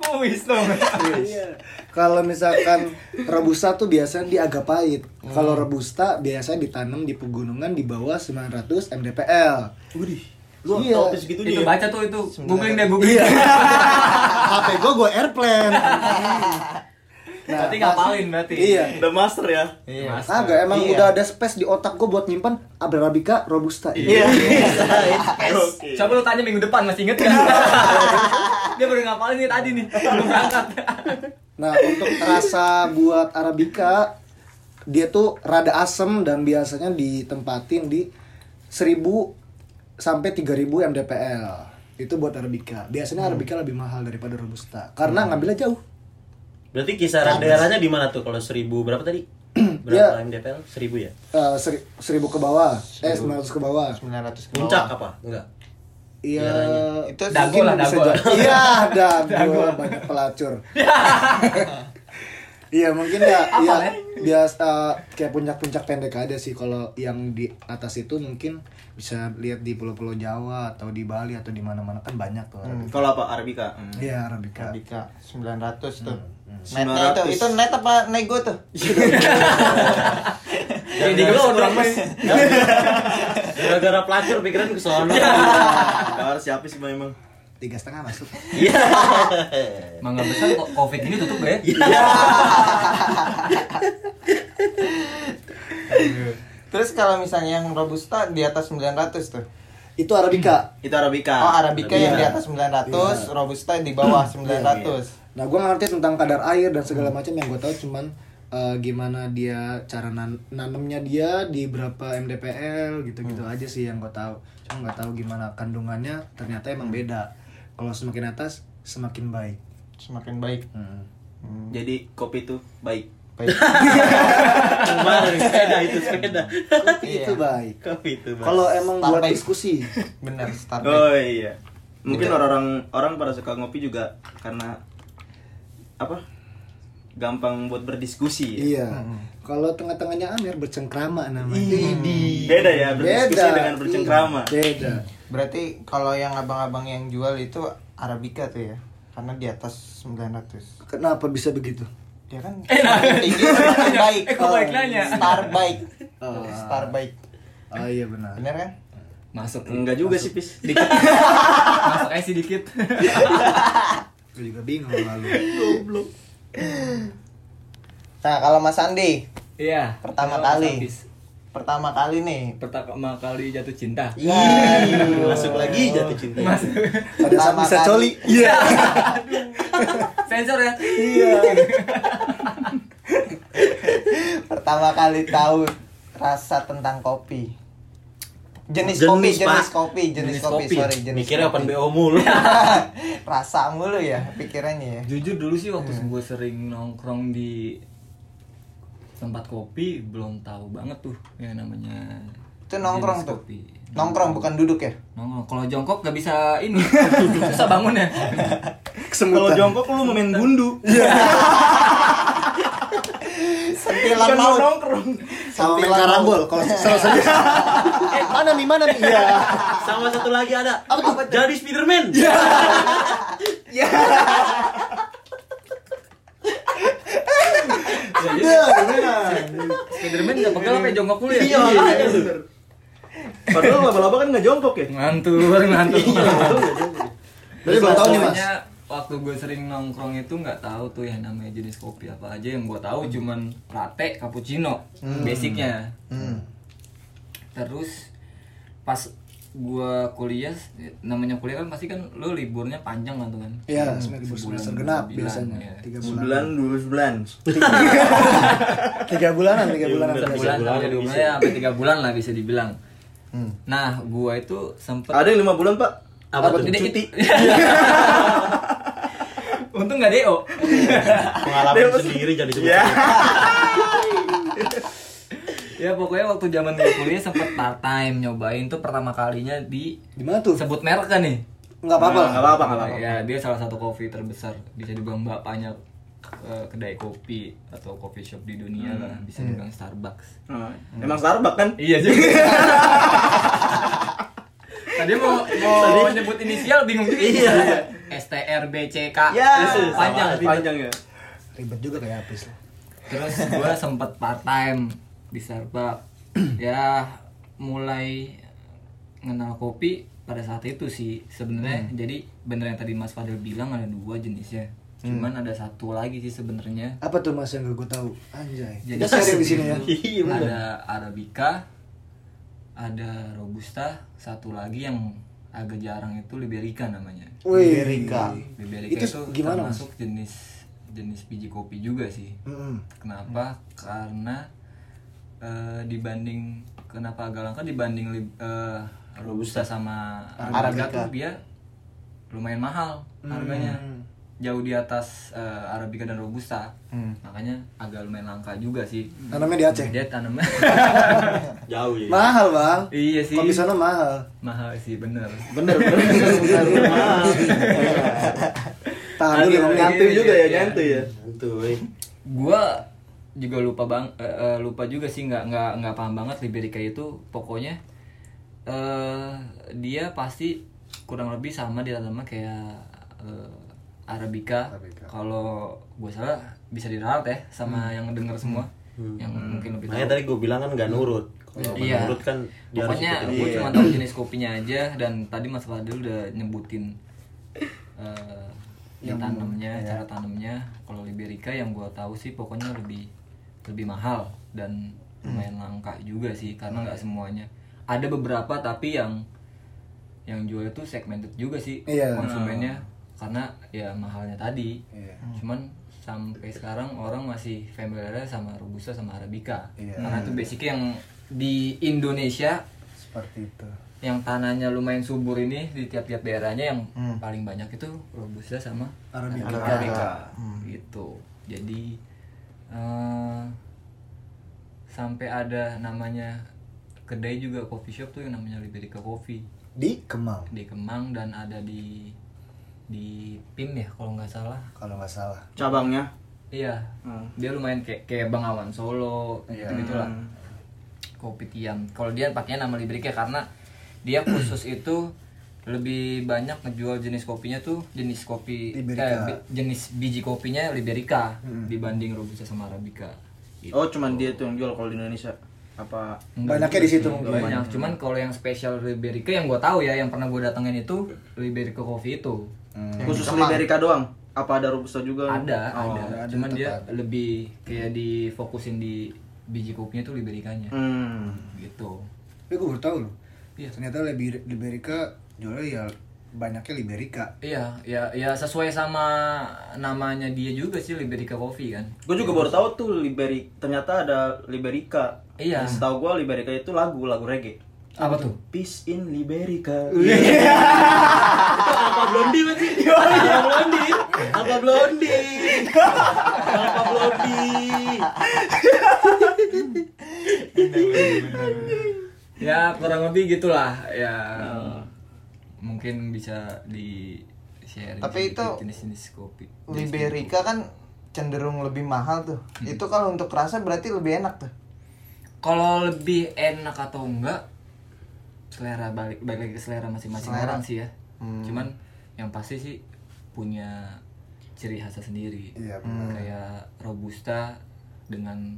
[SPEAKER 5] kuis dong.
[SPEAKER 3] Iya.
[SPEAKER 1] Iya. Kalau misalkan robusta tuh biasanya dia agak pahit.
[SPEAKER 3] Hmm.
[SPEAKER 1] Kalau robusta biasanya ditanam di pegunungan di bawah 900 mdpl.
[SPEAKER 2] Wih, lu tau
[SPEAKER 1] Iya.
[SPEAKER 2] gitu. sampai segitu
[SPEAKER 5] Itu
[SPEAKER 2] dia
[SPEAKER 5] baca tuh itu. Googling deh googling.
[SPEAKER 1] Iya. HP gue gue airplane.
[SPEAKER 5] Berarti ngapalin berarti.
[SPEAKER 1] Nah, Iya.
[SPEAKER 4] Udah master ya.
[SPEAKER 3] Iya.
[SPEAKER 5] Mas.
[SPEAKER 1] Agak emang
[SPEAKER 3] Iya.
[SPEAKER 1] udah ada space di otak gue buat nyimpan Arabica robusta.
[SPEAKER 4] Iya.
[SPEAKER 5] Oke. Coba lu tanya minggu depan masih inget kan? Dia baru ngapalin nih tadi nih. Belum berangkat.
[SPEAKER 1] Nah, untuk rasa buat arabica dia tuh rada asem dan biasanya ditempatin di 1000 sampai 3000 mdpl. Itu buat arabica. Biasanya arabica lebih mahal daripada robusta karena ngambilnya jauh.
[SPEAKER 2] berarti kisaran daerahnya di mana tuh kalau seribu berapa tadi berapa mdpl seribu ya
[SPEAKER 1] Eh, seri- 1000 ke bawah, eh 900 ke bawah.
[SPEAKER 3] 900 ke
[SPEAKER 2] puncak
[SPEAKER 3] bawah.
[SPEAKER 2] apa enggak
[SPEAKER 1] Iya,
[SPEAKER 3] Itu
[SPEAKER 5] Dago
[SPEAKER 1] mungkin
[SPEAKER 5] lah,
[SPEAKER 1] bisa
[SPEAKER 5] dago.
[SPEAKER 1] jadi- Iya, dago banyak pelacur. Iya, mungkin ya, ya biasa kayak puncak-puncak pendek aja sih kalau yang di atas itu mungkin bisa lihat di pulau-pulau Jawa atau di Bali atau di mana-mana kan banyak tuh. Arabica.
[SPEAKER 4] Kalau apa Arabica? Hmm.
[SPEAKER 1] Iya, Arabica.
[SPEAKER 3] Dika 900 tuh. Netnya itu
[SPEAKER 4] 900.
[SPEAKER 3] itu net apa nego tuh?
[SPEAKER 1] Iya,
[SPEAKER 5] Jadi digelodong mas.
[SPEAKER 2] gara-gara pelacur pikiran ke sono
[SPEAKER 4] Gak harus siapa sih Bang, emang.
[SPEAKER 1] Tiga setengah masuk.
[SPEAKER 2] iya
[SPEAKER 5] Mangga besar kok covid ini tutup ya?
[SPEAKER 1] Iya.
[SPEAKER 3] Terus kalau misalnya yang robusta di atas 900 tuh.
[SPEAKER 1] Itu Arabica.
[SPEAKER 4] Itu Arabica.
[SPEAKER 3] Oh, Arabica yang di atas 900,
[SPEAKER 1] Iya.
[SPEAKER 3] robusta di bawah 900.
[SPEAKER 1] Nah, gue ngerti tentang kadar air dan
[SPEAKER 4] Hmm.
[SPEAKER 1] segala macam yang gue tahu cuman eh, gimana dia cara nan nanemnya dia di berapa mdpl gitu-gitu
[SPEAKER 4] Hmm.
[SPEAKER 1] aja sih yang gue tahu. Cuma nggak tahu gimana kandungannya. Ternyata
[SPEAKER 4] Hmm.
[SPEAKER 1] emang beda. Kalau semakin atas semakin baik.
[SPEAKER 3] Semakin baik.
[SPEAKER 1] Hmm.
[SPEAKER 4] Jadi kopi itu baik.
[SPEAKER 3] Baik.
[SPEAKER 2] Kemarin sepeda itu sepeda.
[SPEAKER 1] Kopi
[SPEAKER 3] Iya.
[SPEAKER 1] itu baik.
[SPEAKER 2] Kopi itu.
[SPEAKER 4] Iya.
[SPEAKER 2] Bang.
[SPEAKER 1] Kalau emang buat
[SPEAKER 3] Starbucks.
[SPEAKER 1] diskusi,
[SPEAKER 3] Bener, start
[SPEAKER 4] Oh iya. Mungkin orang-orang orang pada suka ngopi juga karena apa? Gampang buat berdiskusi. ya.
[SPEAKER 1] iya. Kalau tengah-tengahnya Amir bercengkrama namanya.
[SPEAKER 3] Idi.
[SPEAKER 4] Iya. Beda ya berdiskusi dengan bercengkrama. Hmm.
[SPEAKER 1] Beda.
[SPEAKER 3] Berarti kalau yang abang-abang yang jual itu Arabica tuh ya. Karena di atas 900.
[SPEAKER 1] Kenapa bisa begitu?
[SPEAKER 3] Dia kan tinggi semakin baik.
[SPEAKER 5] Eh, kok baik nanya?
[SPEAKER 3] Star baik.
[SPEAKER 1] Oh.
[SPEAKER 3] Star baik.
[SPEAKER 1] Oh iya benar.
[SPEAKER 3] Bener kan?
[SPEAKER 5] Masuk
[SPEAKER 4] Enggak juga sih, Pis.
[SPEAKER 5] Dikit. Masuk aja sedikit.
[SPEAKER 1] Gue juga bingung lalu.
[SPEAKER 3] Nah, kalau Mas Andi
[SPEAKER 5] Iya.
[SPEAKER 3] Pertama
[SPEAKER 5] Kalau
[SPEAKER 3] kali.
[SPEAKER 5] habis.
[SPEAKER 3] pertama kali nih.
[SPEAKER 5] Pertama kali jatuh cinta.
[SPEAKER 3] Iya.
[SPEAKER 2] Masuk lagi jatuh cinta.
[SPEAKER 5] Mas.
[SPEAKER 1] Ada
[SPEAKER 3] Pertama
[SPEAKER 1] bisa
[SPEAKER 3] kali.
[SPEAKER 1] coli. Iya.
[SPEAKER 5] Sensor ya.
[SPEAKER 1] Iya.
[SPEAKER 3] Pertama kali tahu rasa tentang kopi. Jenis,
[SPEAKER 2] Jenis,
[SPEAKER 3] kopi, jenis
[SPEAKER 2] Pak.
[SPEAKER 3] kopi, jenis, kopi, sorry, jenis
[SPEAKER 2] Mikirnya
[SPEAKER 3] kopi.
[SPEAKER 2] open BO mulu.
[SPEAKER 3] Iya. rasa mulu ya pikirannya ya.
[SPEAKER 5] Jujur dulu sih waktu gue sering nongkrong di tempat kopi belum tahu banget tuh yang namanya
[SPEAKER 3] Itu nongkrong
[SPEAKER 5] jenis
[SPEAKER 3] tuh.
[SPEAKER 5] kopi.
[SPEAKER 3] Nongkrong bukan duduk ya.
[SPEAKER 5] Nongkrong kalau jongkok gak bisa ini. Susah bangun ya.
[SPEAKER 4] Kalau
[SPEAKER 1] Kesemutan.
[SPEAKER 4] jongkok lu mau main gundu.
[SPEAKER 5] Iya,
[SPEAKER 3] Sentilan
[SPEAKER 4] mau
[SPEAKER 3] maut.
[SPEAKER 4] nongkrong.
[SPEAKER 1] sama main
[SPEAKER 3] Sampilan
[SPEAKER 1] karambol
[SPEAKER 3] maut.
[SPEAKER 1] kalau salah saja. Eh, mana nih mana nih? Iya.
[SPEAKER 2] Sama satu lagi ada. Apa tuh? Jadi Spiderman.
[SPEAKER 1] Iya, benar.
[SPEAKER 5] Spiderman gak pegal sampai jongkok dulu ya.
[SPEAKER 2] Iya, makanya lu.
[SPEAKER 4] Padahal laba-laba kan nggak jongkok ya.
[SPEAKER 5] Ngantur, ngantur.
[SPEAKER 2] Iya,
[SPEAKER 1] Berarti
[SPEAKER 5] Terus
[SPEAKER 1] belum Iya. tahu nih, Mas.
[SPEAKER 5] soalnya waktu gue sering nongkrong itu nggak tahu tuh yang namanya jenis kopi apa aja yang gue tahu cuman latte, cappuccino, basicnya.
[SPEAKER 3] Hmm.
[SPEAKER 5] Terus pas gue kuliah, namanya kuliah kan pasti kan lo liburnya panjang kan tuh kan.
[SPEAKER 1] Iya, sebenarnya libur
[SPEAKER 5] Sebulan,
[SPEAKER 1] semester genap
[SPEAKER 5] sebulan,
[SPEAKER 1] biasanya.
[SPEAKER 5] ya.
[SPEAKER 1] Tiga bulan.
[SPEAKER 4] Sebulan, dua bulan.
[SPEAKER 1] Tiga bulanan, tiga bulanan.
[SPEAKER 4] bener.
[SPEAKER 1] biasa.
[SPEAKER 5] Sebulan
[SPEAKER 4] bulan
[SPEAKER 5] sampai dua
[SPEAKER 4] bisa.
[SPEAKER 5] bulan ya, sampai tiga bulan lah bisa dibilang.
[SPEAKER 3] Hmm.
[SPEAKER 5] Nah, gue itu sempet
[SPEAKER 4] Ada yang lima bulan, Pak.
[SPEAKER 2] Apa tuh?
[SPEAKER 5] Jadi- Untung nggak deo.
[SPEAKER 4] Dia
[SPEAKER 2] Pengalaman
[SPEAKER 4] pasti-
[SPEAKER 2] sendiri jadi
[SPEAKER 4] Ya.
[SPEAKER 5] ya pokoknya waktu zaman gue kuliah sempet part time nyobain tuh pertama kalinya di
[SPEAKER 1] Di mana tuh?
[SPEAKER 5] sebut merek kan nih
[SPEAKER 1] Enggak apa-apa.
[SPEAKER 4] Nggak apa-apa, nggak apa-apa.
[SPEAKER 5] ya dia salah satu kopi terbesar bisa dibilang bapaknya eh, kedai kopi atau coffee shop di dunia lah bisa dibilang Starbucks
[SPEAKER 4] Nah, Emang Starbucks kan?
[SPEAKER 5] Hmm. iya juga tadi mau mau nyebut inisial bingung juga iya STRBCK
[SPEAKER 4] Yesus, Ya,
[SPEAKER 5] panjang
[SPEAKER 4] sama, panjang ya.
[SPEAKER 1] Ribet juga kayak habis lah.
[SPEAKER 5] terus gue sempet part time di Starbucks ya mulai kenal kopi pada saat itu sih sebenarnya
[SPEAKER 1] Hmm.
[SPEAKER 5] jadi bener yang tadi Mas Fadil bilang ada dua jenisnya cuman
[SPEAKER 1] Hmm.
[SPEAKER 5] ada satu lagi sih sebenarnya
[SPEAKER 1] Apa tuh Mas yang gak gue tahu? Anjay.
[SPEAKER 5] Jadi
[SPEAKER 1] Kita sharing di sini ya.
[SPEAKER 4] Iya, bener.
[SPEAKER 5] ada Arabica ada Robusta satu lagi yang agak jarang itu Liberica namanya
[SPEAKER 1] Wih.
[SPEAKER 3] Rika.
[SPEAKER 5] Liberica itu,
[SPEAKER 1] Itu gimana, Mas?
[SPEAKER 5] termasuk jenis jenis biji kopi juga sih
[SPEAKER 1] Mm-mm.
[SPEAKER 5] Kenapa? Karena eh, dibanding kenapa agak langka dibanding lib- eh, robusta sama arabica,
[SPEAKER 3] Arabica.
[SPEAKER 5] tuh dia lumayan mahal harganya.
[SPEAKER 1] Hmm.
[SPEAKER 5] Jauh di atas eh, arabica dan robusta. Makanya agak lumayan langka juga sih.
[SPEAKER 1] Hmm. Tanamnya di Aceh.
[SPEAKER 5] Dia tanaman
[SPEAKER 2] Jauh ya.
[SPEAKER 1] Mahal, Bang.
[SPEAKER 5] Iya sih.
[SPEAKER 1] Kalau di sana mahal.
[SPEAKER 5] mahal sih bener.
[SPEAKER 4] Bener, bener.
[SPEAKER 1] Tahan dulu
[SPEAKER 5] Aduh,
[SPEAKER 1] ngomongnya.
[SPEAKER 4] Nyantuy juga ya,
[SPEAKER 5] Iya.
[SPEAKER 4] nyantuy ya.
[SPEAKER 2] Santuy.
[SPEAKER 5] gua juga lupa bang eh, eh, lupa juga sih nggak nggak nggak paham banget Liberica itu pokoknya eh dia pasti kurang lebih sama di dalamnya kayak eh, Arabica kalau gue salah bisa diralat ya sama yang denger semua yang mungkin lebih
[SPEAKER 2] Makanya
[SPEAKER 5] tahu.
[SPEAKER 2] tadi gue bilang kan gak nurut. Kalau nggak
[SPEAKER 5] Iya.
[SPEAKER 2] nurut kan dia harus
[SPEAKER 5] Pokoknya
[SPEAKER 2] ikutin
[SPEAKER 5] gue
[SPEAKER 4] iya.
[SPEAKER 5] cuma tahu jenis kopinya aja dan tadi Mas Fadil udah nyebutin eh yang tanamnya, cara tanamnya. Kalau Liberica yang gue tahu sih pokoknya lebih lebih mahal dan lumayan langka juga sih karena nggak semuanya. Ada beberapa tapi yang yang jual itu segmented juga sih
[SPEAKER 1] Iya.
[SPEAKER 5] konsumennya karena ya mahalnya tadi. Cuman sampai sekarang orang masih familiarnya sama robusta sama arabica. Karena itu basicnya yang di Indonesia
[SPEAKER 1] Seperti itu.
[SPEAKER 5] yang tanahnya lumayan subur ini di tiap-tiap daerahnya yang paling banyak itu robusta sama Hmm.
[SPEAKER 1] Arabica.
[SPEAKER 5] arabica. Gitu. Jadi eh, sampai ada namanya kedai juga coffee shop tuh yang namanya Liberica Coffee
[SPEAKER 1] di Kemang
[SPEAKER 5] di Kemang dan ada di di Pim ya kalau nggak salah
[SPEAKER 1] kalau nggak salah
[SPEAKER 4] cabangnya
[SPEAKER 5] iya
[SPEAKER 4] Hmm.
[SPEAKER 5] dia lumayan kayak kayak Bang Awan Solo
[SPEAKER 1] Iya.
[SPEAKER 5] gitu gitulah kopi tiam kalau dia pakainya nama Liberica karena dia khusus itu lebih banyak ngejual jenis kopinya tuh jenis kopi
[SPEAKER 1] Liberica. Hmm.
[SPEAKER 5] eh, bi- jenis biji kopinya Liberica dibanding Robusta sama Arabica gitu.
[SPEAKER 4] oh cuman dia tuh yang jual kalau di Indonesia apa
[SPEAKER 1] Banyaknya di situ mungkin.
[SPEAKER 5] gitu. banyak cuman kalau yang spesial Liberica yang gue tahu ya yang pernah gue datengin itu Liberica Coffee itu
[SPEAKER 4] khusus Liberica doang apa ada robusta juga
[SPEAKER 5] ada,
[SPEAKER 4] Oh.
[SPEAKER 5] ada cuman dia lebih kayak difokusin di biji kopinya tuh Libericanya
[SPEAKER 4] hmm.
[SPEAKER 5] gitu
[SPEAKER 1] tapi gue baru tahu loh
[SPEAKER 5] Iya.
[SPEAKER 1] ternyata Liber- Liberica jualnya ya banyaknya Liberica
[SPEAKER 5] Iya, ya, ya sesuai sama namanya dia juga sih Liberica Coffee kan.
[SPEAKER 4] gue juga baru tahu tuh Liberi ternyata ada Liberica
[SPEAKER 5] Iya.
[SPEAKER 4] setahu gue Liberica itu lagu lagu reggae
[SPEAKER 5] Apa tuh? Iya.
[SPEAKER 4] Peace in Liberica
[SPEAKER 2] apa blondie berarti? Apa blondie? Apa blondie? Apa blondie?
[SPEAKER 5] Ya kurang lebih gitulah ya. Mungkin bisa di share
[SPEAKER 3] Tapi itu-
[SPEAKER 5] jenis-jenis kopi.
[SPEAKER 3] Liberica kan cenderung lebih mahal tuh. Itu kalau untuk rasa berarti lebih enak tuh.
[SPEAKER 5] Kalau lebih enak atau enggak selera balik balik lagi ke selera masing-masing
[SPEAKER 3] Selera. Hmm.
[SPEAKER 5] orang sih ya. Cuman yang pasti sih punya ciri khasnya sendiri.
[SPEAKER 1] Iya,
[SPEAKER 5] Kayak robusta dengan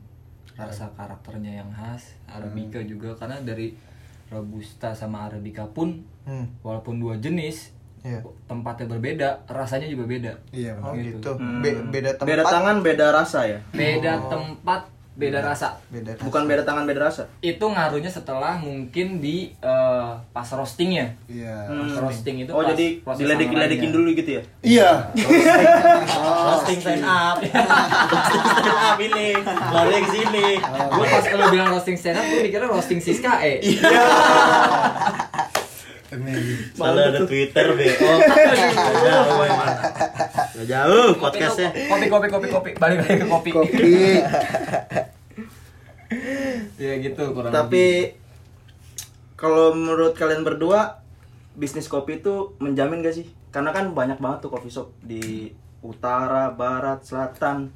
[SPEAKER 5] rasa karakternya yang khas, arabica
[SPEAKER 3] Hmm.
[SPEAKER 5] juga karena dari robusta sama arabica pun
[SPEAKER 3] Hmm.
[SPEAKER 5] walaupun dua jenis
[SPEAKER 3] Iya.
[SPEAKER 5] tempatnya berbeda, rasanya juga beda.
[SPEAKER 1] iya
[SPEAKER 3] Oh
[SPEAKER 5] Gitu.
[SPEAKER 3] gitu. Be- beda tempat.
[SPEAKER 4] Hmm. beda tangan beda rasa ya
[SPEAKER 3] Iya.
[SPEAKER 5] Beda
[SPEAKER 3] Oh.
[SPEAKER 5] tempat, beda rasa.
[SPEAKER 3] Beda tempat.
[SPEAKER 4] bukan beda tangan beda rasa
[SPEAKER 5] Itu ngaruhnya setelah mungkin di eh, pas roastingnya.
[SPEAKER 1] iya
[SPEAKER 5] Pas Hmm, roasting itu
[SPEAKER 4] oh
[SPEAKER 5] pas
[SPEAKER 4] jadi
[SPEAKER 5] proses
[SPEAKER 4] diledek-ledekin
[SPEAKER 5] sangrai-nya.
[SPEAKER 4] dulu gitu ya
[SPEAKER 1] iya
[SPEAKER 2] Posting sign up. Posting sign up ini. "Ah, Lari ke sini.
[SPEAKER 5] Gua pas lu bilang roasting stand up, gue mikirnya roasting Siska eh.
[SPEAKER 4] Iya,
[SPEAKER 1] Ini.
[SPEAKER 2] Malah ada Twitter, BO. Jauh, emang. Udah jauh
[SPEAKER 4] ya.
[SPEAKER 2] podcastnya.
[SPEAKER 5] Kopi kopi kopi kopi. Balik lagi ke kopi.
[SPEAKER 1] kopi
[SPEAKER 5] ya gitu kurang lebih.
[SPEAKER 4] Tapi kalau menurut kalian berdua bisnis kopi itu menjamin gak sih? Karena kan banyak banget tuh coffee shop di utara, barat, selatan,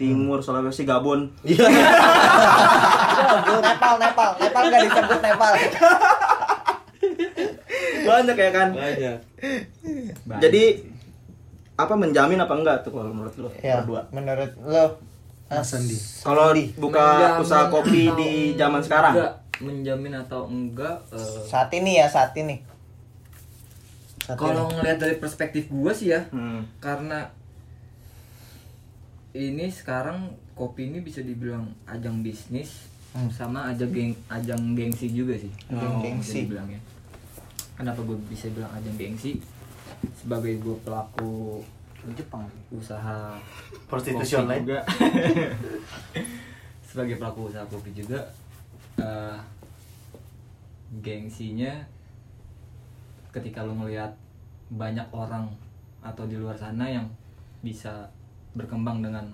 [SPEAKER 4] timur,
[SPEAKER 5] Hmm.
[SPEAKER 4] Sulawesi, Gabon.
[SPEAKER 3] Aduh, Nepal, Nepal, Nepal nggak disebut Nepal.
[SPEAKER 4] banyak ya kan?
[SPEAKER 2] Banyak.
[SPEAKER 5] Baik.
[SPEAKER 4] Jadi apa menjamin apa enggak tuh kalau menurut lo
[SPEAKER 3] Ya,
[SPEAKER 4] berdua?
[SPEAKER 3] menurut lo
[SPEAKER 1] Mas Andi
[SPEAKER 4] Kalau buka
[SPEAKER 5] Menjamin
[SPEAKER 4] usaha kopi
[SPEAKER 5] atau
[SPEAKER 4] di zaman sekarang.
[SPEAKER 5] enggak, menjamin atau enggak eh,
[SPEAKER 3] saat ini ya saat ini. Saat
[SPEAKER 4] ya.
[SPEAKER 5] kalau
[SPEAKER 3] ini.
[SPEAKER 5] ngelihat dari perspektif gua sih ya
[SPEAKER 4] Hmm.
[SPEAKER 5] karena ini sekarang kopi ini bisa dibilang ajang bisnis sama ajang geng ajang gengsi juga sih Oh,
[SPEAKER 3] Ajang gengsi.
[SPEAKER 5] bisa dibilangnya. kenapa gue bisa bilang ajang gengsi sebagai gue pelaku
[SPEAKER 3] Jepang.
[SPEAKER 5] usaha
[SPEAKER 2] Prostitusi
[SPEAKER 5] kopi
[SPEAKER 2] online.
[SPEAKER 5] juga sebagai pelaku usaha kopi juga eh, gengsinya ketika lo ngelihat banyak orang atau di luar sana yang bisa berkembang dengan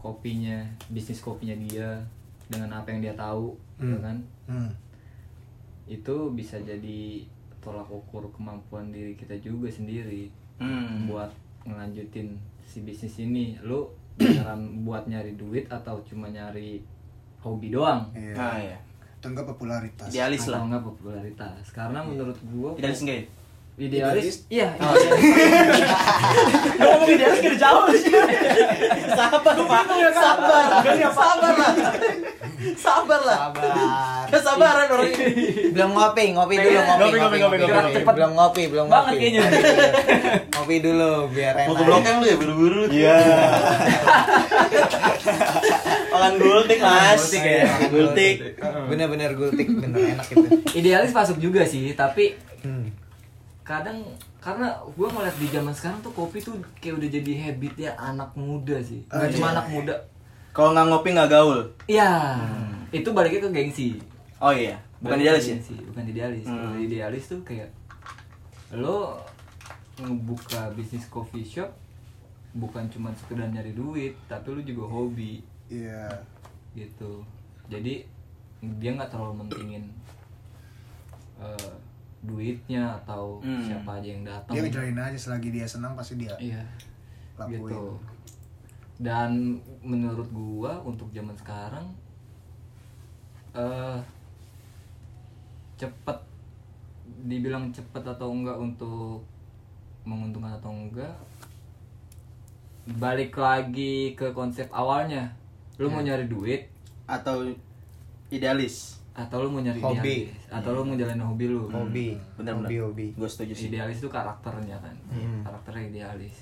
[SPEAKER 5] kopinya bisnis kopinya dia dengan apa yang dia tahu ya kan
[SPEAKER 1] hmm.
[SPEAKER 5] itu bisa jadi tolak ukur kemampuan diri kita juga sendiri
[SPEAKER 4] Hmm.
[SPEAKER 5] buat ngelanjutin si bisnis ini lu beneran buat nyari duit atau cuma nyari hobi doang
[SPEAKER 1] iya.
[SPEAKER 4] Nah, ya.
[SPEAKER 1] atau enggak popularitas
[SPEAKER 4] Idealis lah.
[SPEAKER 5] atau
[SPEAKER 4] Iya.
[SPEAKER 5] enggak popularitas karena menurut gua
[SPEAKER 4] Idealis enggak ya?
[SPEAKER 5] idealis iya
[SPEAKER 2] Gua ngomong idealis gak jauh sih. Sabar, Pak.
[SPEAKER 3] ya,
[SPEAKER 2] Sabar. Sabar lah. Sabar lah.
[SPEAKER 3] Sabar.
[SPEAKER 2] Kesabaran orang ini.
[SPEAKER 3] belum ngopi, ngopi dulu, ngopi,
[SPEAKER 2] Ngopi, ngopi, ngopi, ngopi.
[SPEAKER 3] Belum ngopi, belum ngopi.
[SPEAKER 5] Banget kayaknya.
[SPEAKER 3] ngopi dulu biar enak.
[SPEAKER 2] Mau ke Blok M lu ya buru-buru.
[SPEAKER 3] Iya.
[SPEAKER 2] Olan gultik, Mas.
[SPEAKER 5] Gultik ya.
[SPEAKER 2] Gultik.
[SPEAKER 3] Bener-bener gultik, bener enak gitu. itu.
[SPEAKER 5] idealis masuk juga sih tapi kadang karena gua ngeliat di zaman sekarang tuh kopi tuh kayak udah jadi habitnya anak muda sih nggak cuma anak muda
[SPEAKER 4] Kalau nggak ngopi nggak gaul.
[SPEAKER 5] ya itu baliknya ke gengsi
[SPEAKER 4] Oh iya, bukan idealis ya?
[SPEAKER 5] sih bukan idealis kalau idealis tuh kayak lo ngebuka bisnis coffee shop bukan cuma sekedar nyari duit tapi lo juga hobi
[SPEAKER 1] iya
[SPEAKER 5] gitu jadi dia nggak terlalu mentingin eh, duitnya atau
[SPEAKER 4] Hmm.
[SPEAKER 5] siapa aja yang datang
[SPEAKER 1] dia ngejalanin aja selagi dia senang pasti dia
[SPEAKER 5] iya
[SPEAKER 1] Lakuin.
[SPEAKER 5] gitu dan menurut gua untuk zaman sekarang eh cepet dibilang cepet atau enggak untuk menguntungkan atau enggak balik lagi ke konsep awalnya lu mau nyari duit
[SPEAKER 4] atau idealis
[SPEAKER 5] atau lu mau nyari
[SPEAKER 3] Hobi.
[SPEAKER 5] idealis atau lu
[SPEAKER 4] Hmm.
[SPEAKER 5] mau jalanin hobi lu
[SPEAKER 3] hobi
[SPEAKER 4] Bener-bener.
[SPEAKER 3] hobi hobi
[SPEAKER 4] gue setuju sih
[SPEAKER 5] idealis itu karakternya kan
[SPEAKER 4] Hmm.
[SPEAKER 5] karakternya idealis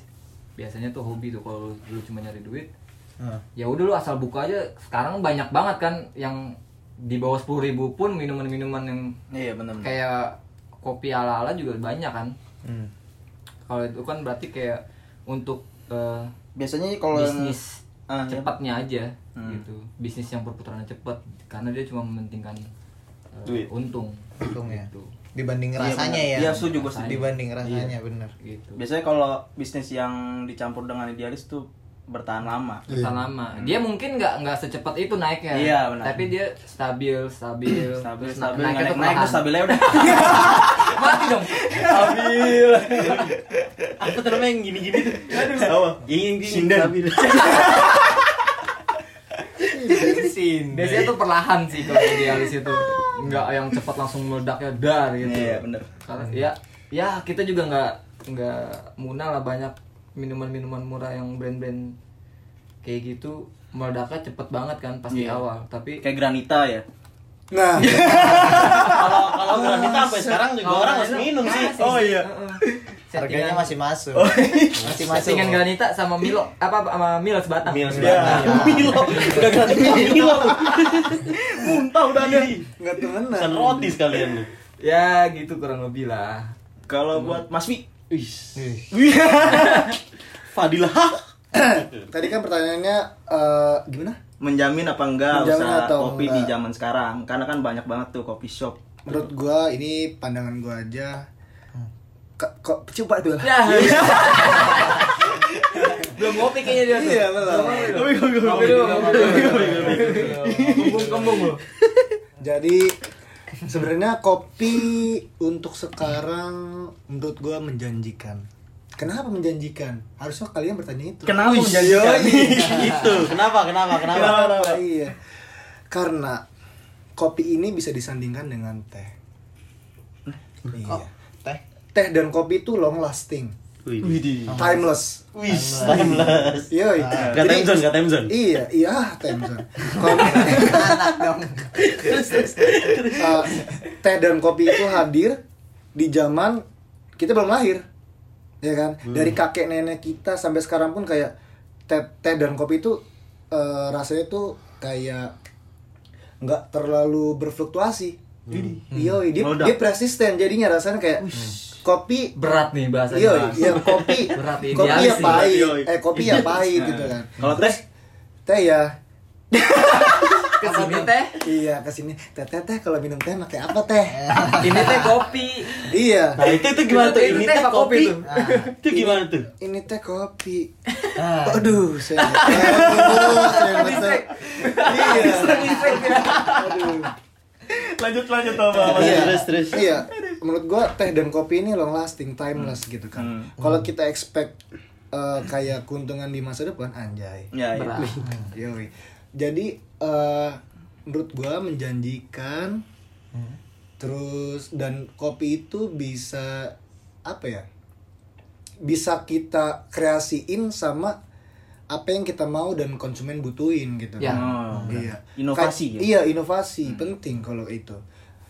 [SPEAKER 5] biasanya tuh hobi tuh kalau lu- lu cuma nyari duit
[SPEAKER 4] Ah.
[SPEAKER 3] Nah,
[SPEAKER 5] ya udah lu asal buka aja sekarang banyak banget kan yang di bawah sepuluh ribu pun minuman-minuman yang
[SPEAKER 4] iya bener benar
[SPEAKER 5] kayak kopi ala-ala juga banyak kan
[SPEAKER 3] hmm.
[SPEAKER 5] kalau itu kan berarti kayak untuk eh,
[SPEAKER 4] biasanya kalau yang-
[SPEAKER 5] bisnis
[SPEAKER 4] Ah, iya. Hmm.
[SPEAKER 5] cepatnya aja gitu bisnis yang perputarannya cepat karena dia cuma mementingkan eh,
[SPEAKER 4] Duit.
[SPEAKER 5] untung
[SPEAKER 3] Untung ya.
[SPEAKER 5] gitu
[SPEAKER 3] dibanding
[SPEAKER 4] Iya,
[SPEAKER 3] rasanya
[SPEAKER 4] bener.
[SPEAKER 3] ya
[SPEAKER 4] Iya, setuju, gua setuju.
[SPEAKER 3] dibanding rasanya bener
[SPEAKER 5] gitu
[SPEAKER 4] biasanya kalau bisnis yang dicampur dengan idealis tuh bertahan lama
[SPEAKER 5] Bertahan lama. Dia mungkin nggak nggak secepat itu naiknya.
[SPEAKER 4] Hmm. Iya, benar.
[SPEAKER 5] Tapi dia stabil, stabil,
[SPEAKER 4] stabil
[SPEAKER 5] terus
[SPEAKER 4] stabil
[SPEAKER 5] naiknya
[SPEAKER 4] naik
[SPEAKER 5] tuh
[SPEAKER 4] naik
[SPEAKER 5] perlahan.
[SPEAKER 4] tuh stabilnya udah
[SPEAKER 5] Mati dong.
[SPEAKER 4] stabil
[SPEAKER 2] Apa tuh namanya yang gini-gini tuh?
[SPEAKER 4] Apa?
[SPEAKER 2] Yang yang gini.
[SPEAKER 4] Sinden.
[SPEAKER 2] stabil.
[SPEAKER 3] Sin.
[SPEAKER 5] Biasanya tuh perlahan sih kalau idealis itu. Nggak yang cepat langsung meledaknya dar gitu.
[SPEAKER 4] iya bener
[SPEAKER 5] Karena ya ya kita juga nggak nggak munah lah banyak minuman-minuman murah yang brand-brand kayak gitu meledaknya cepet banget kan pas di
[SPEAKER 4] Iya.
[SPEAKER 5] awal. Tapi
[SPEAKER 4] kayak granita ya
[SPEAKER 1] nah
[SPEAKER 2] Kalau kalau granita sampai sekarang juga
[SPEAKER 5] Kalau
[SPEAKER 2] orang
[SPEAKER 5] granita-
[SPEAKER 2] masih minum sih.
[SPEAKER 4] iya. oh iya
[SPEAKER 5] Heeh.
[SPEAKER 3] harganya
[SPEAKER 5] Settingan-
[SPEAKER 3] masih masuk masih masuk Nah,
[SPEAKER 5] Settingan Granita sama Milo apa sama Milo sebatang.
[SPEAKER 2] Iya,
[SPEAKER 4] Iya.
[SPEAKER 5] Iya.
[SPEAKER 3] Mil
[SPEAKER 4] sebatang.
[SPEAKER 3] sebatang.
[SPEAKER 2] Milo. Udah granita Milo.
[SPEAKER 4] muntah udah ada
[SPEAKER 1] nggak
[SPEAKER 2] Pesan
[SPEAKER 1] temenan
[SPEAKER 2] roti sekalian lu.
[SPEAKER 5] Ya gitu kurang lebih lah.
[SPEAKER 4] kalau buat Mas Wi
[SPEAKER 3] Ih.
[SPEAKER 2] Fadilah.
[SPEAKER 1] tadi kan pertanyaannya eh, gimana
[SPEAKER 4] menjamin apa enggak
[SPEAKER 1] Menjamin
[SPEAKER 4] usaha
[SPEAKER 1] atau
[SPEAKER 4] kopi di
[SPEAKER 1] enggak?
[SPEAKER 4] zaman sekarang karena kan banyak banget tuh kopi shop
[SPEAKER 1] menurut gua ini pandangan gua aja Hmm. Ka- kok coba dulu lah.
[SPEAKER 5] Ya. Belum ngopi kayaknya dia tuh.
[SPEAKER 1] iya belum
[SPEAKER 5] Ngopi dulu, ngopi dulu.
[SPEAKER 2] Iya,
[SPEAKER 5] Kembung kembung lu.
[SPEAKER 1] Jadi sebenarnya kopi untuk sekarang menurut gua menjanjikan. Kenapa menjanjikan? Harusnya kalian bertanya itu.
[SPEAKER 4] kenapa
[SPEAKER 2] iya.
[SPEAKER 4] menjanjikan itu
[SPEAKER 2] Kenapa? Kenapa? Kenapa?
[SPEAKER 1] Iya. Karena kopi ini bisa disandingkan dengan teh. Iya.
[SPEAKER 3] teh
[SPEAKER 1] Teh dan kopi itu long lasting,
[SPEAKER 2] Widih.
[SPEAKER 1] timeless.
[SPEAKER 2] Wis, Iya. timeless.
[SPEAKER 1] Yoi.
[SPEAKER 2] Gak time zone, gak time zone.
[SPEAKER 1] Iya, iya, timeless. Kalau
[SPEAKER 3] anak dong
[SPEAKER 1] Uh, teh dan kopi itu hadir di zaman kita belum lahir ya kan
[SPEAKER 4] Hmm.
[SPEAKER 1] dari kakek nenek kita sampai sekarang pun kayak teh, teh dan kopi itu uh, rasanya tuh kayak nggak terlalu berfluktuasi iya dia,
[SPEAKER 4] Hmm. Meledak.
[SPEAKER 1] dia persisten jadinya rasanya kayak kopi
[SPEAKER 5] Berat nih bahasanya.
[SPEAKER 1] iya
[SPEAKER 5] Bang.
[SPEAKER 1] iya kopi
[SPEAKER 5] Berat nih,
[SPEAKER 1] kopi
[SPEAKER 3] Iya,
[SPEAKER 5] idealis
[SPEAKER 1] ya
[SPEAKER 5] nih.
[SPEAKER 1] pahit
[SPEAKER 4] Yoi.
[SPEAKER 1] eh kopi ya pahit gitu kan
[SPEAKER 4] kalau teh
[SPEAKER 1] teh ya
[SPEAKER 5] Kesini teh.
[SPEAKER 1] iya kesini teh teh teh kalau minum teh pakai apa teh
[SPEAKER 5] Ini teh kopi.
[SPEAKER 1] iya
[SPEAKER 2] Nah itu itu gimana tuh? Ini teh
[SPEAKER 5] apa
[SPEAKER 2] kopi.
[SPEAKER 5] tuh?
[SPEAKER 2] Itu gimana tuh?
[SPEAKER 1] ini teh kopi.
[SPEAKER 3] Ah.
[SPEAKER 1] Aduh, saya nggak tahu, saya nggak tahu. Iya. Aduh.
[SPEAKER 4] lanjut lanjut apa
[SPEAKER 1] Iya.
[SPEAKER 2] Terus, terus.
[SPEAKER 1] Iya. Menurut gua teh dan kopi ini long lasting, timeless gitu
[SPEAKER 4] Hmm.
[SPEAKER 1] kan. Kalau kita expect eh, kayak keuntungan di masa depan anjay. Hmm,
[SPEAKER 4] ya iya.
[SPEAKER 5] Berat.
[SPEAKER 1] Yoi. Jadi eh, menurut gua menjanjikan
[SPEAKER 5] Hmm.
[SPEAKER 1] terus dan kopi itu bisa apa ya? Bisa kita kreasiin sama apa yang kita mau dan konsumen butuhin gitu.
[SPEAKER 5] Ya.
[SPEAKER 4] Oh,
[SPEAKER 1] Iya.
[SPEAKER 4] Inovasi
[SPEAKER 1] Kay-
[SPEAKER 4] ya?
[SPEAKER 1] Iya, inovasi penting kalau itu.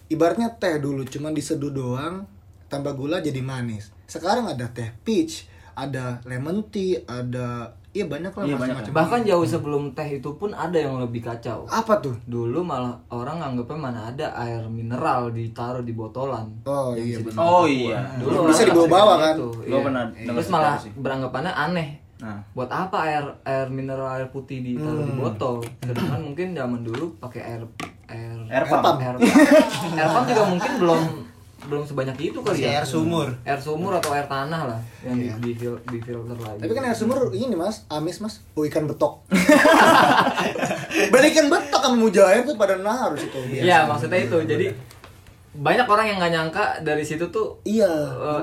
[SPEAKER 1] Ibaratnya teh dulu cuman diseduh doang, tambah gula jadi manis. Sekarang ada teh peach, ada lemon tea, ada iya banyak lah
[SPEAKER 4] Iya, banyak
[SPEAKER 1] macam-macam.
[SPEAKER 5] Bahkan jauh sebelum teh itu pun ada yang lebih kacau.
[SPEAKER 1] apa tuh?
[SPEAKER 5] Dulu malah orang anggapnya mana ada air mineral ditaruh di botolan.
[SPEAKER 1] Oh
[SPEAKER 5] Yang
[SPEAKER 1] iya
[SPEAKER 5] bisa
[SPEAKER 1] benar.
[SPEAKER 4] oh iya
[SPEAKER 5] Dulu
[SPEAKER 1] Bisa
[SPEAKER 5] orang
[SPEAKER 1] dibawa-bawa
[SPEAKER 5] nggak
[SPEAKER 1] kan?
[SPEAKER 5] gitu,
[SPEAKER 4] Gua pernah dengar
[SPEAKER 5] Terus
[SPEAKER 4] cerita
[SPEAKER 5] malah
[SPEAKER 4] sih.
[SPEAKER 5] beranggapannya aneh.
[SPEAKER 4] Nah.
[SPEAKER 5] Buat apa air air mineral air putih ditaruh di botol? Sedangkan mungkin zaman dulu pakai air air
[SPEAKER 4] Air pump.
[SPEAKER 5] air pump. Air pump juga mungkin belum belum sebanyak itu kali
[SPEAKER 3] Masih
[SPEAKER 5] ya.
[SPEAKER 3] air sumur.
[SPEAKER 5] Air sumur atau air tanah lah yang di, di, fil- di
[SPEAKER 1] kan
[SPEAKER 5] filter lagi.
[SPEAKER 1] Tapi kan air sumur ini mas, amis mas, oh ikan betok. Balikin betok kan mujair tuh pada naruh itu.
[SPEAKER 5] Iya, maksudnya itu. Jadi banyak orang yang nggak nyangka dari situ tuh
[SPEAKER 1] Iya.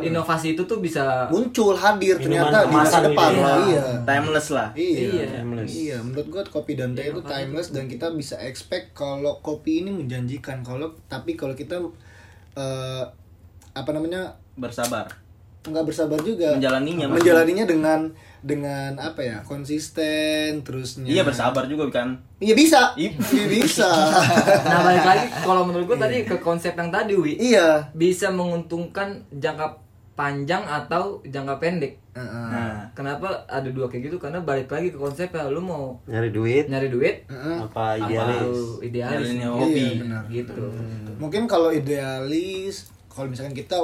[SPEAKER 5] eh, inovasi itu tuh bisa
[SPEAKER 1] Muncul hadir
[SPEAKER 2] Minuman
[SPEAKER 1] ternyata di masa
[SPEAKER 2] kemasan
[SPEAKER 1] depan.
[SPEAKER 2] gitu
[SPEAKER 5] ya.
[SPEAKER 1] Iya.
[SPEAKER 4] Timeless lah.
[SPEAKER 1] Iya.
[SPEAKER 2] timeless.
[SPEAKER 1] Iya, menurut gua kopi dan teh
[SPEAKER 5] Iya,
[SPEAKER 1] itu
[SPEAKER 5] makanya
[SPEAKER 1] timeless dan kita bisa expect kalau kopi ini menjanjikan kalau tapi kalau kita eh, apa namanya
[SPEAKER 4] Bersabar.
[SPEAKER 1] nggak bersabar juga
[SPEAKER 4] Menjalaninya, maksudnya.
[SPEAKER 1] menjalaninya dengan dengan apa ya konsisten terusnya
[SPEAKER 4] Iya bersabar juga kan.
[SPEAKER 1] iya bisa
[SPEAKER 4] Ih.
[SPEAKER 1] iya bisa
[SPEAKER 5] nah balik lagi kalau menurut gua tadi ke konsep yang tadi wi
[SPEAKER 1] iya
[SPEAKER 5] bisa menguntungkan jangka panjang atau jangka pendek
[SPEAKER 1] Heeh.
[SPEAKER 4] Nah,
[SPEAKER 5] kenapa ada dua kayak gitu karena balik lagi ke konsep ya lu mau
[SPEAKER 2] nyari duit
[SPEAKER 5] nyari duit
[SPEAKER 1] Heeh.
[SPEAKER 2] apa iya
[SPEAKER 5] apa
[SPEAKER 2] idealis
[SPEAKER 5] lu idealis
[SPEAKER 4] Nyari
[SPEAKER 5] gitu.
[SPEAKER 4] hobi.
[SPEAKER 1] Iya, benar.
[SPEAKER 5] gitu
[SPEAKER 4] Hmm.
[SPEAKER 1] mungkin kalau idealis kalau misalkan kita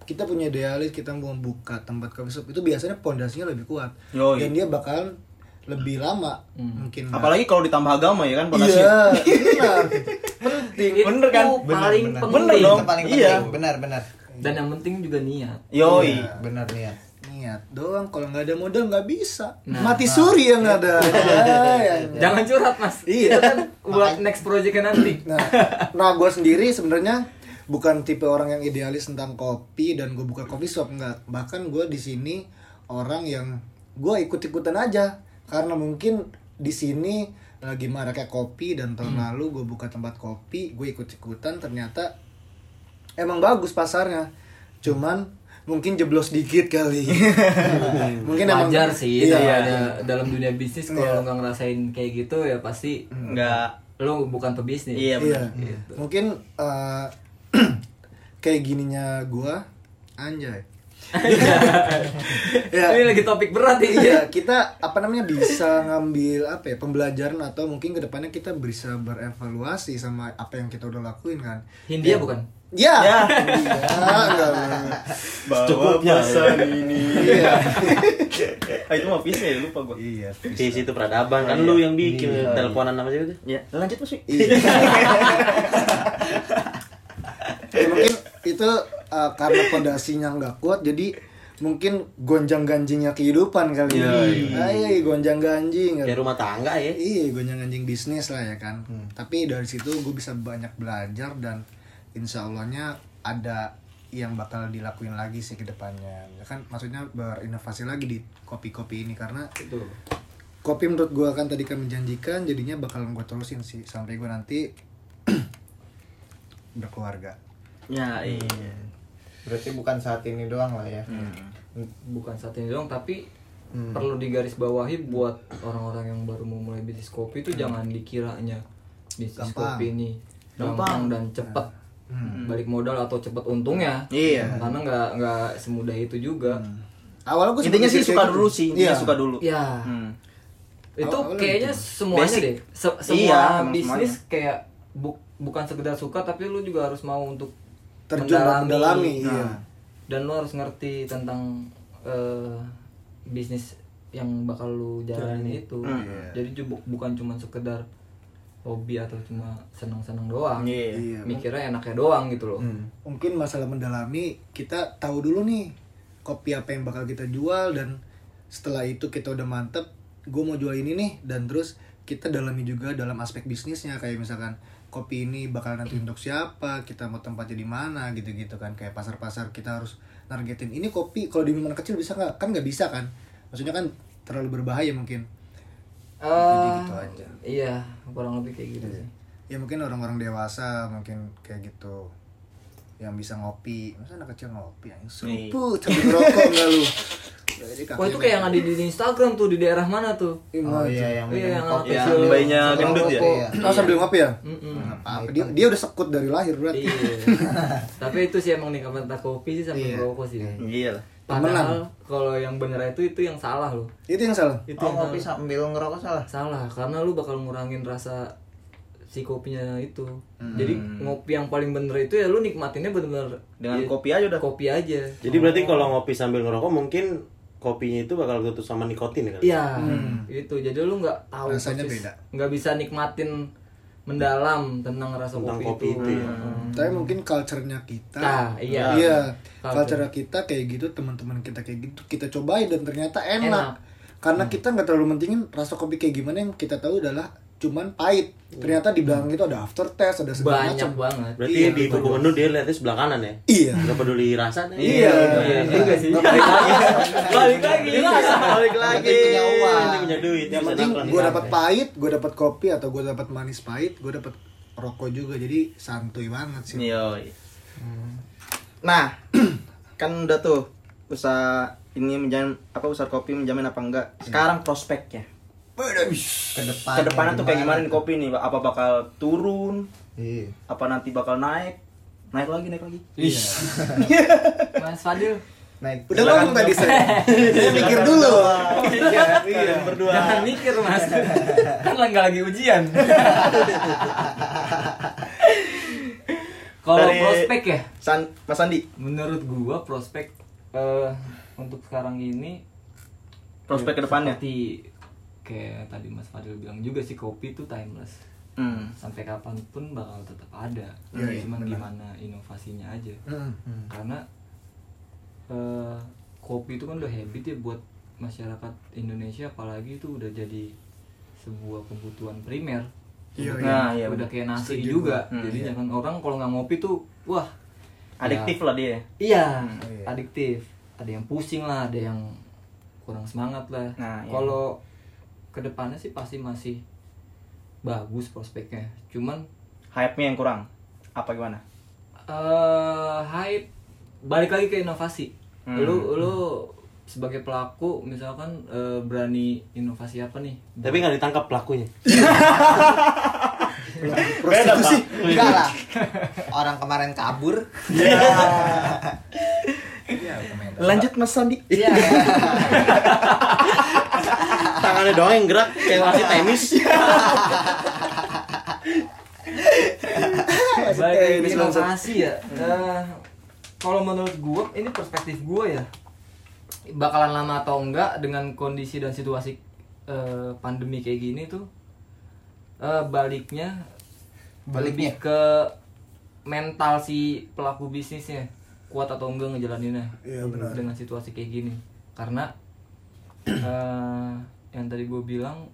[SPEAKER 1] kita punya idealis kita mau buka tempat coffee shop itu biasanya pondasinya lebih kuat
[SPEAKER 4] Yoi. Hmm.
[SPEAKER 1] dan dia bakalan lebih lama mungkin
[SPEAKER 4] apalagi kalau ditambah agama ya kan pondasi.
[SPEAKER 1] iya benar penting
[SPEAKER 5] itu
[SPEAKER 4] Bener kan?
[SPEAKER 5] paling
[SPEAKER 3] bener.
[SPEAKER 5] penting
[SPEAKER 4] Bener dong.
[SPEAKER 3] Itu paling penting.
[SPEAKER 4] Iya.
[SPEAKER 3] Benar, benar. Iya,
[SPEAKER 5] dan yang penting juga niat
[SPEAKER 4] Yoi.
[SPEAKER 3] Benar niat.
[SPEAKER 1] niat doang kalau nggak ada modal nggak bisa
[SPEAKER 5] Nah,
[SPEAKER 1] mati suri yang ada Ya, ya.
[SPEAKER 5] jangan curhat mas
[SPEAKER 1] Iya.
[SPEAKER 5] Itu kan buat next projectnya nanti
[SPEAKER 1] Nah, nah gue sendiri sebenarnya bukan tipe orang yang idealis tentang kopi dan gue buka coffee shop enggak. Bahkan gue di sini orang yang gue ikut-ikutan aja karena mungkin di sini lagi maraknya kopi dan tahun
[SPEAKER 5] Hmm.
[SPEAKER 1] lalu gue buka tempat kopi, gue ikut-ikutan ternyata emang bagus pasarnya. Cuman mungkin jeblos dikit kali. mungkin emang
[SPEAKER 5] wajar sih
[SPEAKER 1] Iya,
[SPEAKER 5] dalam-
[SPEAKER 1] iya.
[SPEAKER 5] dalam dunia bisnis
[SPEAKER 1] Iya.
[SPEAKER 5] kalau
[SPEAKER 1] Hmm.
[SPEAKER 5] lu nggak ngerasain kayak gitu ya pasti
[SPEAKER 4] Enggak.
[SPEAKER 5] lu bukan pebisnis
[SPEAKER 4] Iya
[SPEAKER 1] Iya.
[SPEAKER 4] benar.
[SPEAKER 5] Gitu.
[SPEAKER 1] Mungkin eh, kayak gininya gua anjay.
[SPEAKER 5] ini
[SPEAKER 1] ya,
[SPEAKER 5] lagi topik berat
[SPEAKER 1] iya,
[SPEAKER 5] ya
[SPEAKER 1] kita apa namanya bisa ngambil apa ya pembelajaran atau mungkin kedepannya kita bisa berevaluasi sama apa yang kita udah lakuin kan.
[SPEAKER 5] Hindia bukan
[SPEAKER 1] Ya.
[SPEAKER 4] Ya.
[SPEAKER 1] Iya, enggak, enggak.
[SPEAKER 2] Secukupnya.
[SPEAKER 4] pesan ini.
[SPEAKER 1] Iya.
[SPEAKER 4] Ah, itu mau pisah ya lupa gua.
[SPEAKER 1] Iya.
[SPEAKER 2] di situ peradaban kan lu yang bikin teleponan sama siapa tuh
[SPEAKER 4] Ya, lanjut Mas. Wi.
[SPEAKER 1] Ya, mungkin itu eh, karena pondasinya nggak kuat jadi mungkin gonjang ganjingnya kehidupan kali
[SPEAKER 4] Iya,
[SPEAKER 1] ini. Ay, gonjang ganjing.
[SPEAKER 2] kayak rumah tangga ya
[SPEAKER 1] Iya, gonjang anjing bisnis lah ya kan. Tapi dari situ gue bisa banyak belajar dan insya Allahnya ada yang bakal dilakuin lagi sih ke depannya. Ya kan maksudnya berinovasi lagi di kopi-kopi ini karena kopi menurut gue kan tadi kan menjanjikan jadinya bakal gue terusin sih sampai gue nanti berkeluarga.
[SPEAKER 4] Ya, iya.
[SPEAKER 3] Berarti bukan saat ini doang lah ya.
[SPEAKER 5] bukan saat ini doang tapi perlu digarisbawahi buat orang-orang yang baru mau mulai bisnis kopi itu jangan dikiranya bisnis
[SPEAKER 1] Gampang.
[SPEAKER 5] kopi ini gampang, dan cepet balik modal atau cepet untungnya
[SPEAKER 4] Iya.
[SPEAKER 5] karena nggak nggak semudah itu juga
[SPEAKER 1] Awalnya gue
[SPEAKER 4] Intinya sih suka dulu sih, intinya
[SPEAKER 1] Iya.
[SPEAKER 4] suka dulu.
[SPEAKER 5] ya
[SPEAKER 4] Hmm.
[SPEAKER 5] itu
[SPEAKER 1] Awal-awal
[SPEAKER 5] kayaknya semuanya
[SPEAKER 4] Basic.
[SPEAKER 5] deh Se-
[SPEAKER 4] Iya,
[SPEAKER 5] semua
[SPEAKER 4] emang
[SPEAKER 5] bisnis kayak bu- bukan sekedar suka tapi lu juga harus mau untuk Nah,
[SPEAKER 1] Terjun dan mendalami, iya.
[SPEAKER 5] dan lu harus ngerti tentang eh, bisnis yang bakal lu jalani itu
[SPEAKER 1] Hmm.
[SPEAKER 4] Iya.
[SPEAKER 5] jadi ju- bukan cuma sekedar hobi atau cuma senang-senang doang
[SPEAKER 4] Iya. Hmm.
[SPEAKER 1] Iya.
[SPEAKER 5] mikirnya enaknya doang gitu loh
[SPEAKER 1] mungkin masalah mendalami kita tahu dulu nih kopi apa yang bakal kita jual dan setelah itu kita udah mantep gue mau jual ini nih dan terus kita dalami juga dalam aspek bisnisnya kayak misalkan kopi ini bakal nanti untuk siapa kita mau tempatnya di mana gitu-gitu kan kayak pasar-pasar kita harus nargetin ini kopi kalau di minuman kecil bisa nggak kan nggak bisa kan maksudnya kan terlalu berbahaya mungkin
[SPEAKER 5] Eh,
[SPEAKER 1] gitu aja.
[SPEAKER 5] iya kurang lebih kayak gitu
[SPEAKER 4] Iya.
[SPEAKER 5] sih
[SPEAKER 1] ya mungkin orang-orang dewasa mungkin kayak gitu yang bisa ngopi masa anak kecil ngopi yang serupu tapi rokok enggak lu Jadi
[SPEAKER 5] Wah Oh, itu
[SPEAKER 1] kakinya-
[SPEAKER 5] kayak yang ada di Instagram tuh di daerah mana tuh?
[SPEAKER 1] Ih,
[SPEAKER 3] Oh
[SPEAKER 1] maju.
[SPEAKER 3] iya yang
[SPEAKER 5] Iya,
[SPEAKER 3] minum
[SPEAKER 5] yang
[SPEAKER 3] kopi. iya.
[SPEAKER 4] Yang
[SPEAKER 5] apa sih?
[SPEAKER 4] bayinya
[SPEAKER 3] Sama
[SPEAKER 4] gendut ya.
[SPEAKER 3] rokok.
[SPEAKER 1] oh sambil ngopi ya
[SPEAKER 5] Mm-mm.
[SPEAKER 4] Nah,
[SPEAKER 1] apa dia dia udah sekut dari lahir berarti
[SPEAKER 5] Iya. Tapi itu sih emang nikah tempat kopi sih sama
[SPEAKER 1] Iya.
[SPEAKER 5] rokok sih.
[SPEAKER 4] Iya lah.
[SPEAKER 5] Padahal kalau yang bener itu itu yang salah loh.
[SPEAKER 1] itu yang salah
[SPEAKER 5] Itu
[SPEAKER 3] Oh,
[SPEAKER 5] yang
[SPEAKER 3] kopi sambil ngerokok salah.
[SPEAKER 5] salah karena lu bakal ngurangin rasa si kopinya itu. Jadi ngopi yang paling bener itu ya lu nikmatinnya bener-bener
[SPEAKER 3] Iya.
[SPEAKER 4] Dengan
[SPEAKER 5] ya,
[SPEAKER 4] kopi aja udah.
[SPEAKER 5] kopi aja. Oh.
[SPEAKER 2] jadi berarti kalau ngopi sambil ngerokok mungkin kopinya itu bakal ketus sama nikotin kan
[SPEAKER 5] Iya, itu. Jadi lu nggak tahu
[SPEAKER 1] Rasanya
[SPEAKER 5] persis,
[SPEAKER 1] beda.
[SPEAKER 5] nggak bisa nikmatin mendalam tentang rasa
[SPEAKER 2] tentang kopi
[SPEAKER 5] kopi,
[SPEAKER 2] itu ya
[SPEAKER 1] tapi mungkin culture-nya kita
[SPEAKER 5] Hmm. Nah, iya.
[SPEAKER 1] iya
[SPEAKER 5] Culture.
[SPEAKER 1] culture kita kayak gitu teman-teman kita kayak gitu kita cobain dan ternyata enak,
[SPEAKER 5] Enak. Hmm.
[SPEAKER 1] karena kita nggak terlalu mentingin rasa kopi kayak gimana yang kita tahu adalah cuman pahit ternyata di belakang itu ada after test ada segala
[SPEAKER 5] Iya. banyak
[SPEAKER 1] macam.
[SPEAKER 5] banget
[SPEAKER 2] Berarti
[SPEAKER 1] Iya,
[SPEAKER 2] di kubu menu dia lihatnya sebelah kanan ya?
[SPEAKER 1] Iya.
[SPEAKER 2] Gak peduli rasa nih.
[SPEAKER 1] Iya.
[SPEAKER 5] Iya juga sih.
[SPEAKER 1] Balik
[SPEAKER 5] Balik lagi.
[SPEAKER 3] Balik
[SPEAKER 2] Lagi
[SPEAKER 3] lagi.
[SPEAKER 2] punya uang, dia punya duit, dia
[SPEAKER 1] yang
[SPEAKER 2] bisa
[SPEAKER 1] penting
[SPEAKER 2] nongkrong di
[SPEAKER 1] gue
[SPEAKER 2] sana.
[SPEAKER 1] dapat pahit gue dapat kopi atau gue dapat manis pahit gue dapat rokok juga jadi santuy banget sih
[SPEAKER 4] Yoi.
[SPEAKER 3] Hmm. Nah, kan udah tuh usaha ini menjamin apa usaha kopi menjamin apa enggak. Sekarang prospeknya.
[SPEAKER 1] ke depan
[SPEAKER 4] Ke depannya tuh kayak gimana nih kopi nih? Apa bakal turun?
[SPEAKER 1] iya
[SPEAKER 4] Apa nanti bakal naik? Naik lagi, naik lagi.
[SPEAKER 5] Iya. Mas Fadil.
[SPEAKER 3] Naik.
[SPEAKER 1] udah ngomong tadi saya saya mikir dulu
[SPEAKER 3] Iya, berdua.
[SPEAKER 5] Jangan mikir mas. kan lah nggak lagi ujian. Kalau
[SPEAKER 3] Dari-
[SPEAKER 5] prospek ya,
[SPEAKER 3] San, Mas Andi.
[SPEAKER 5] menurut gua prospek eh, untuk sekarang ini
[SPEAKER 3] Iya,
[SPEAKER 4] Prospek
[SPEAKER 5] ya,
[SPEAKER 4] ke depannya.
[SPEAKER 5] seperti kayak tadi Mas Fadil bilang juga sih kopi itu timeless.
[SPEAKER 4] Hmm.
[SPEAKER 5] Sampai kapanpun bakal tetap ada.
[SPEAKER 1] Iya, iya,
[SPEAKER 5] Cuman
[SPEAKER 1] benar.
[SPEAKER 5] gimana inovasinya aja.
[SPEAKER 1] Hmm.
[SPEAKER 5] karena eh, kopi itu kan udah habit ya buat masyarakat Indonesia apalagi itu udah jadi sebuah kebutuhan primer
[SPEAKER 1] Iya,
[SPEAKER 5] udah,
[SPEAKER 1] iya.
[SPEAKER 5] nah, ya udah kayak nasi
[SPEAKER 1] Setuju
[SPEAKER 5] juga
[SPEAKER 4] gua. Hmm,
[SPEAKER 5] jadi
[SPEAKER 4] iya.
[SPEAKER 5] jangan orang kalau nggak ngopi tuh wah
[SPEAKER 4] Adiktif lah dia.
[SPEAKER 5] iya,
[SPEAKER 1] iya.
[SPEAKER 5] adiktif ada yang pusing lah ada yang kurang semangat lah
[SPEAKER 4] Nah, iya.
[SPEAKER 5] kalau kedepannya sih pasti masih bagus prospeknya cuman
[SPEAKER 4] Hype-nya yang kurang. Apa gimana?
[SPEAKER 5] eh hype balik lagi ke inovasi
[SPEAKER 4] Hmm.
[SPEAKER 5] lu lu sebagai pelaku misalkan eh, berani inovasi apa nih
[SPEAKER 2] Tapi nggak ditangkap pelakunya.
[SPEAKER 1] prostitusi
[SPEAKER 3] Enggak lah. Iya. Orang kemarin kabur.
[SPEAKER 4] Iya.
[SPEAKER 3] Iya,
[SPEAKER 1] lanjut mas Sandi
[SPEAKER 5] iya
[SPEAKER 2] Tangannya doang yang gerak kayak wasit tenis.
[SPEAKER 5] balik lagi ke
[SPEAKER 1] Teknis langsung.
[SPEAKER 5] inovasi ya Eh, kalau menurut gua ini perspektif gua ya bakalan lama atau enggak dengan kondisi dan situasi eh, pandemi kayak gini tuh eh, baliknya
[SPEAKER 3] Baliknya?
[SPEAKER 5] lebih ke mental si pelaku bisnisnya kuat atau enggak ngejalaninnya
[SPEAKER 1] Iya, benar.
[SPEAKER 5] dengan situasi kayak gini karena eh, yang tadi gue bilang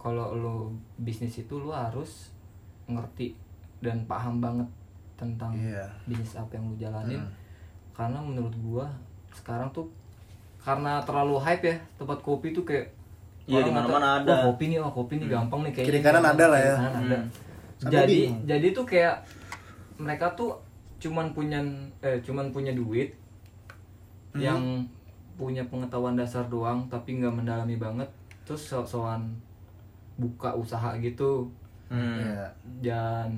[SPEAKER 5] kalau lo bisnis itu lo harus ngerti dan paham banget tentang
[SPEAKER 1] Iya. Hmm.
[SPEAKER 5] bisnis apa yang lo jalanin karena menurut gue sekarang tuh karena terlalu hype ya tempat kopi tuh kayak
[SPEAKER 4] Iya, di
[SPEAKER 5] orang ngata,
[SPEAKER 4] mana-mana ada.
[SPEAKER 5] "Wah, kopi nih wah kopi nih gampang nih kayaknya
[SPEAKER 1] Hmm. Kiri kanan ada lah ya.
[SPEAKER 5] Kiri kanan ada.
[SPEAKER 1] Sampai
[SPEAKER 5] jadi
[SPEAKER 1] bingung.
[SPEAKER 5] jadi tuh kayak mereka tuh cuman punya eh cuman punya duit
[SPEAKER 1] Hmm.
[SPEAKER 5] yang punya pengetahuan dasar doang tapi nggak mendalami banget terus sok-sokan buka usaha gitu
[SPEAKER 1] Iya.
[SPEAKER 5] dan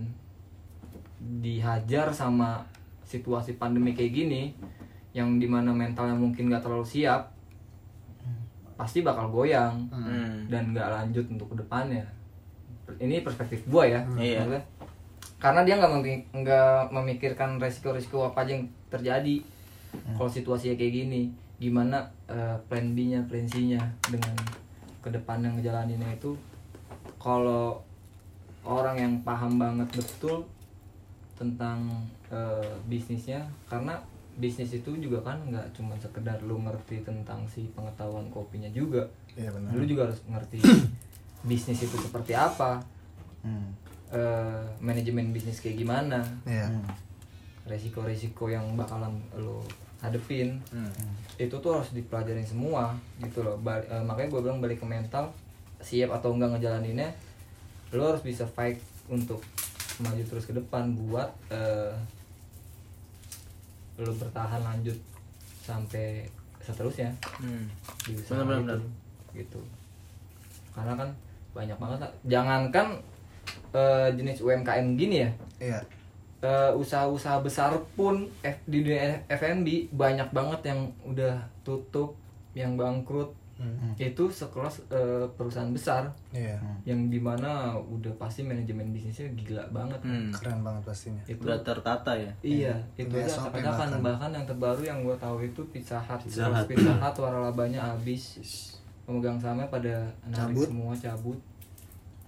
[SPEAKER 5] dihajar sama situasi pandemi kayak gini yang dimana mentalnya mungkin nggak terlalu siap
[SPEAKER 1] Hmm.
[SPEAKER 5] pasti bakal goyang
[SPEAKER 4] Hmm.
[SPEAKER 5] dan nggak lanjut untuk kedepannya ini perspektif gua ya
[SPEAKER 4] Iya.
[SPEAKER 5] Maksudnya, karena dia nggak memi- nggak memikirkan resiko-resiko apa aja yang terjadi
[SPEAKER 4] Hmm.
[SPEAKER 5] kalau situasinya kayak gini gimana eh, plan B-nya plan C-nya dengan kedepannya ngejalaninnya itu kalau orang yang paham banget betul tentang eh, bisnisnya karena bisnis itu juga kan nggak cuma sekedar lu ngerti tentang si pengetahuan kopinya juga
[SPEAKER 1] iya benar
[SPEAKER 5] Nah, lu juga harus ngerti bisnis itu seperti apa
[SPEAKER 1] Hmm.
[SPEAKER 5] eh, manajemen bisnis kayak gimana
[SPEAKER 1] iya
[SPEAKER 5] resiko-resiko yang bakalan lo hadepin
[SPEAKER 3] Hmm.
[SPEAKER 5] itu tuh harus dipelajarin semua gitu loh Bal- eh, makanya gue bilang balik ke mental siap atau enggak ngejalaninnya lo harus bisa fight untuk maju terus ke depan buat eh, lo bertahan lanjut sampai seterusnya
[SPEAKER 4] Hmm.
[SPEAKER 5] di usaha
[SPEAKER 4] Benar, benar,
[SPEAKER 5] itu, gitu karena kan banyak banget lah. jangankan eh, jenis UMKM gini ya
[SPEAKER 1] iya
[SPEAKER 5] eh, usaha-usaha besar pun F- di dunia F&B banyak banget yang udah tutup yang bangkrut itu sekelas eh, perusahaan besar
[SPEAKER 1] iya
[SPEAKER 5] yang dimana udah pasti manajemen bisnisnya gila banget
[SPEAKER 4] Hmm.
[SPEAKER 1] keren banget pastinya
[SPEAKER 5] itu
[SPEAKER 4] Udah tertata ya.
[SPEAKER 5] Iya, itu
[SPEAKER 1] Udah
[SPEAKER 5] udah
[SPEAKER 1] SOP
[SPEAKER 5] acak-acakan.
[SPEAKER 1] bahkan.
[SPEAKER 5] bahkan yang terbaru yang gue tahu itu Pizza Hut.
[SPEAKER 2] Pizza
[SPEAKER 5] Terus
[SPEAKER 2] Hut.
[SPEAKER 5] Pizza Hut waralabanya habis. Pemegang sahamnya pada narik
[SPEAKER 1] Cabut.
[SPEAKER 5] semua cabut.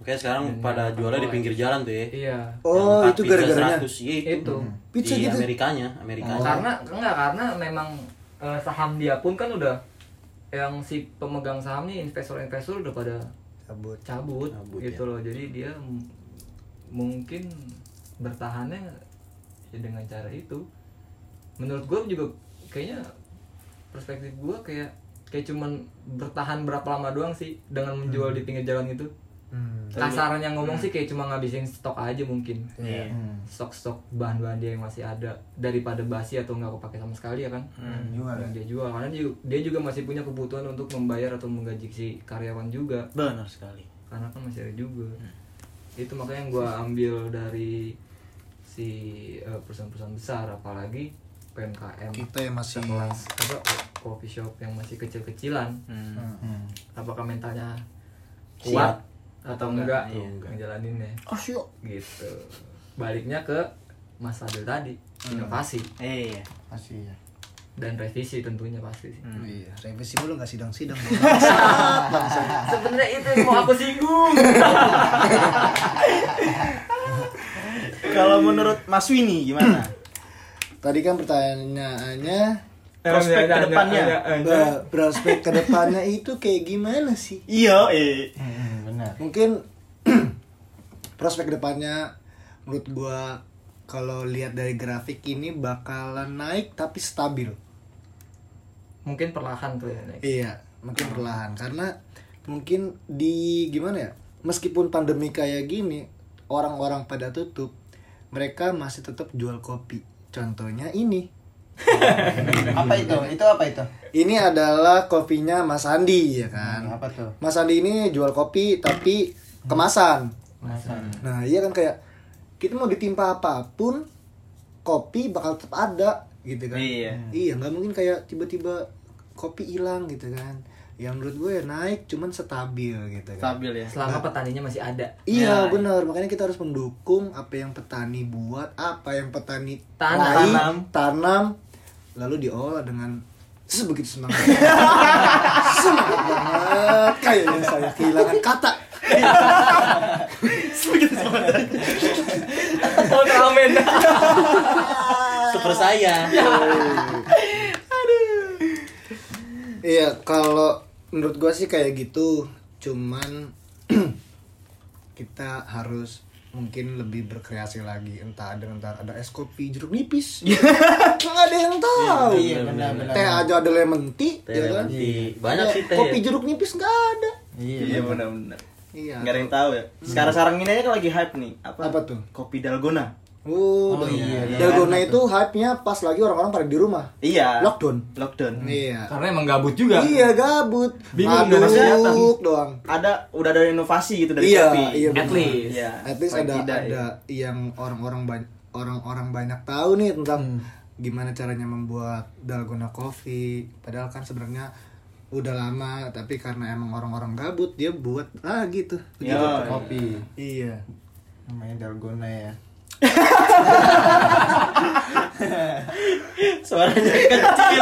[SPEAKER 2] Oke, sekarang pada jualnya di pinggir jalan tuh ya.
[SPEAKER 5] Iya.
[SPEAKER 1] oh
[SPEAKER 2] Yang
[SPEAKER 1] itu
[SPEAKER 2] pizza
[SPEAKER 1] gara-garanya
[SPEAKER 2] 100, iya itu.
[SPEAKER 5] Itu. Oh.
[SPEAKER 1] Pizza
[SPEAKER 2] di
[SPEAKER 1] gitu?
[SPEAKER 2] Amerikanya, Amerikanya.
[SPEAKER 5] Karena enggak karena memang eh, saham dia pun kan udah yang si pemegang sahamnya investor-investor udah pada
[SPEAKER 3] kabut
[SPEAKER 5] cabut,
[SPEAKER 6] Cabut,
[SPEAKER 3] ya.
[SPEAKER 5] gitu loh jadi dia m- mungkin bertahannya ya dengan cara itu menurut gue juga kayaknya perspektif gue kayak kayak cuman bertahan berapa lama doang sih dengan menjual di pinggir jalan itu
[SPEAKER 3] hmm.
[SPEAKER 5] kasarannya ngomong sih kayak cuma ngabisin stok aja mungkin
[SPEAKER 3] Iya. Hmm.
[SPEAKER 5] stok-stok bahan-bahan dia yang masih ada daripada basi atau nggak kepake sama sekali ya kan
[SPEAKER 3] jual ya?
[SPEAKER 5] yang dia jual karena dia dia juga masih punya kebutuhan untuk membayar atau menggaji si karyawan juga
[SPEAKER 4] Benar sekali.
[SPEAKER 5] karena kan masih ada juga itu makanya yang gue ambil dari si eh, perusahaan-perusahaan besar apalagi PMKM
[SPEAKER 1] kita yang masih
[SPEAKER 5] kelas apa coffee shop yang masih kecil-kecilan
[SPEAKER 3] Hmm.
[SPEAKER 5] apakah mentalnya
[SPEAKER 6] Siap.
[SPEAKER 5] kuat atau enggak,
[SPEAKER 6] Iya, enggak.
[SPEAKER 5] ngejalaninnya
[SPEAKER 1] Oh,
[SPEAKER 5] gitu baliknya ke Mas Fadil tadi inovasi
[SPEAKER 4] Eh, iya.
[SPEAKER 3] masih ya
[SPEAKER 5] dan revisi tentunya pasti sih
[SPEAKER 1] iya revisi dulu nggak sidang-sidang
[SPEAKER 5] sebenarnya itu yang mau aku singgung
[SPEAKER 4] Kalau menurut Mas Wini gimana?
[SPEAKER 1] tadi kan pertanyaannya
[SPEAKER 4] Prospek ke depannya.
[SPEAKER 1] eh, prospek kedepannya itu kayak gimana sih
[SPEAKER 4] Iya, eh.
[SPEAKER 3] benar
[SPEAKER 1] mungkin prospek depannya menurut gua kalau lihat dari grafik ini bakalan naik tapi stabil
[SPEAKER 5] mungkin perlahan tuh ya naik
[SPEAKER 1] Iya, mungkin perlahan karena mungkin di gimana ya? Meskipun pandemi kayak gini, orang-orang pada tutup, mereka masih tetap jual kopi. Contohnya ini.
[SPEAKER 3] apa itu itu apa itu
[SPEAKER 1] Ini adalah kopinya Mas Andi ya kan.
[SPEAKER 3] apa tuh
[SPEAKER 1] Mas Andi ini jual kopi tapi kemasan.
[SPEAKER 3] Masan.
[SPEAKER 1] Nah, iya kan kayak kita mau ditimpa apapun kopi bakal tetap ada gitu kan.
[SPEAKER 4] Iya.
[SPEAKER 1] Iya, nggak mungkin kayak tiba-tiba kopi hilang gitu kan. Yang menurut gue ya naik cuman stabil gitu kan.
[SPEAKER 4] Stabil ya.
[SPEAKER 5] selama petaninya masih ada
[SPEAKER 1] Iya benar makanya kita harus mendukung apa yang petani buat apa yang petani
[SPEAKER 5] Tanam.
[SPEAKER 1] raih,
[SPEAKER 5] Tanam.
[SPEAKER 1] tanam lalu diolah dengan sebegitu semangat semangat banget kayaknya saya kehilangan kata
[SPEAKER 4] Begitu sama
[SPEAKER 5] Ultraman
[SPEAKER 2] super saya
[SPEAKER 1] Iya, kalau menurut gua sih kayak gitu. Cuman kita harus mungkin lebih berkreasi lagi. Entah ada entar ada es kopi jeruk nipis. Enggak ada yang tahu.
[SPEAKER 3] iya benar benar
[SPEAKER 1] Teh aja ada lemon tea,
[SPEAKER 2] Teh
[SPEAKER 1] ya kan?
[SPEAKER 2] lemon tea. Banyak
[SPEAKER 1] Iya,
[SPEAKER 2] sih teh.
[SPEAKER 1] Kopi jeruk nipis enggak ada.
[SPEAKER 4] Iya, benar-benar.
[SPEAKER 1] Iya.
[SPEAKER 4] Enggak ada yang tahu ya. Sekarang-sekarang ini aja kan lagi hype nih. Apa?
[SPEAKER 1] Apa tuh?
[SPEAKER 4] Kopi Dalgona.
[SPEAKER 1] Oh,
[SPEAKER 3] iya, iya.
[SPEAKER 1] Dalgona itu hype-nya pas lagi orang-orang pada di rumah.
[SPEAKER 4] Iya.
[SPEAKER 1] Lockdown.
[SPEAKER 4] Lockdown. Hmm.
[SPEAKER 1] Iya.
[SPEAKER 5] karena emang gabut juga
[SPEAKER 1] Iya, gabut.
[SPEAKER 5] Bingung, nggak ada
[SPEAKER 1] Ngaduk
[SPEAKER 5] kegiatan.
[SPEAKER 1] doang.
[SPEAKER 4] Ada udah ada inovasi gitu dari
[SPEAKER 1] Iya,
[SPEAKER 4] kopi.
[SPEAKER 1] iya,
[SPEAKER 5] at
[SPEAKER 1] benar.
[SPEAKER 5] least
[SPEAKER 4] Iya.
[SPEAKER 1] at least
[SPEAKER 4] paling
[SPEAKER 1] ada
[SPEAKER 4] tidak, ya.
[SPEAKER 1] ada yang orang-orang banyak orang-orang banyak tahu nih tentang
[SPEAKER 3] Hmm.
[SPEAKER 1] gimana caranya membuat dalgona coffee padahal kan sebenarnya udah lama tapi karena emang orang-orang gabut dia buat lagi tuh
[SPEAKER 4] Iya,
[SPEAKER 1] Gitu.
[SPEAKER 4] iya.
[SPEAKER 3] kopi
[SPEAKER 1] iya
[SPEAKER 3] namanya dalgona ya
[SPEAKER 2] suaranya kecil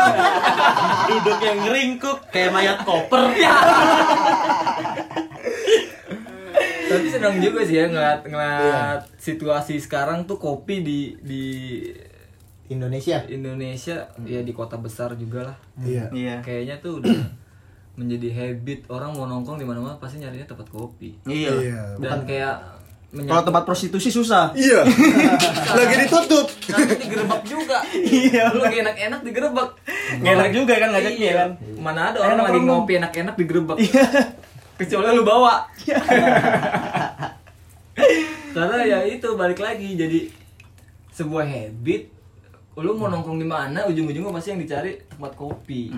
[SPEAKER 2] duduk yang ngeringkuk kayak mayat koper
[SPEAKER 5] tapi senang juga sih ya ngeliat
[SPEAKER 4] Iya.
[SPEAKER 5] ngeliat situasi sekarang tuh kopi di di
[SPEAKER 3] Indonesia
[SPEAKER 5] Indonesia ya di kota besar juga lah
[SPEAKER 1] iya
[SPEAKER 4] Hmm. Iya.
[SPEAKER 5] kayaknya tuh udah menjadi habit orang mau nongkrong di mana-mana pasti nyarinya tempat kopi
[SPEAKER 4] Iya.
[SPEAKER 1] iya
[SPEAKER 5] dan kayak
[SPEAKER 4] Kalau
[SPEAKER 5] menyatu-
[SPEAKER 4] tempat prostitusi susah.
[SPEAKER 1] iya lagi ditutup
[SPEAKER 5] nanti digerebek juga
[SPEAKER 4] Iya.
[SPEAKER 5] lu gak enak-enak digerebek
[SPEAKER 4] Nggak enak juga kan ngajaknya
[SPEAKER 5] Iya.
[SPEAKER 4] kan.
[SPEAKER 5] mana ada Iya. orang lagi ngopi enak-enak digerebek kecuali lu bawa karena ya itu balik lagi jadi sebuah habit lu mau nongkrong di mana ujung-ujungnya pasti yang dicari tempat kopi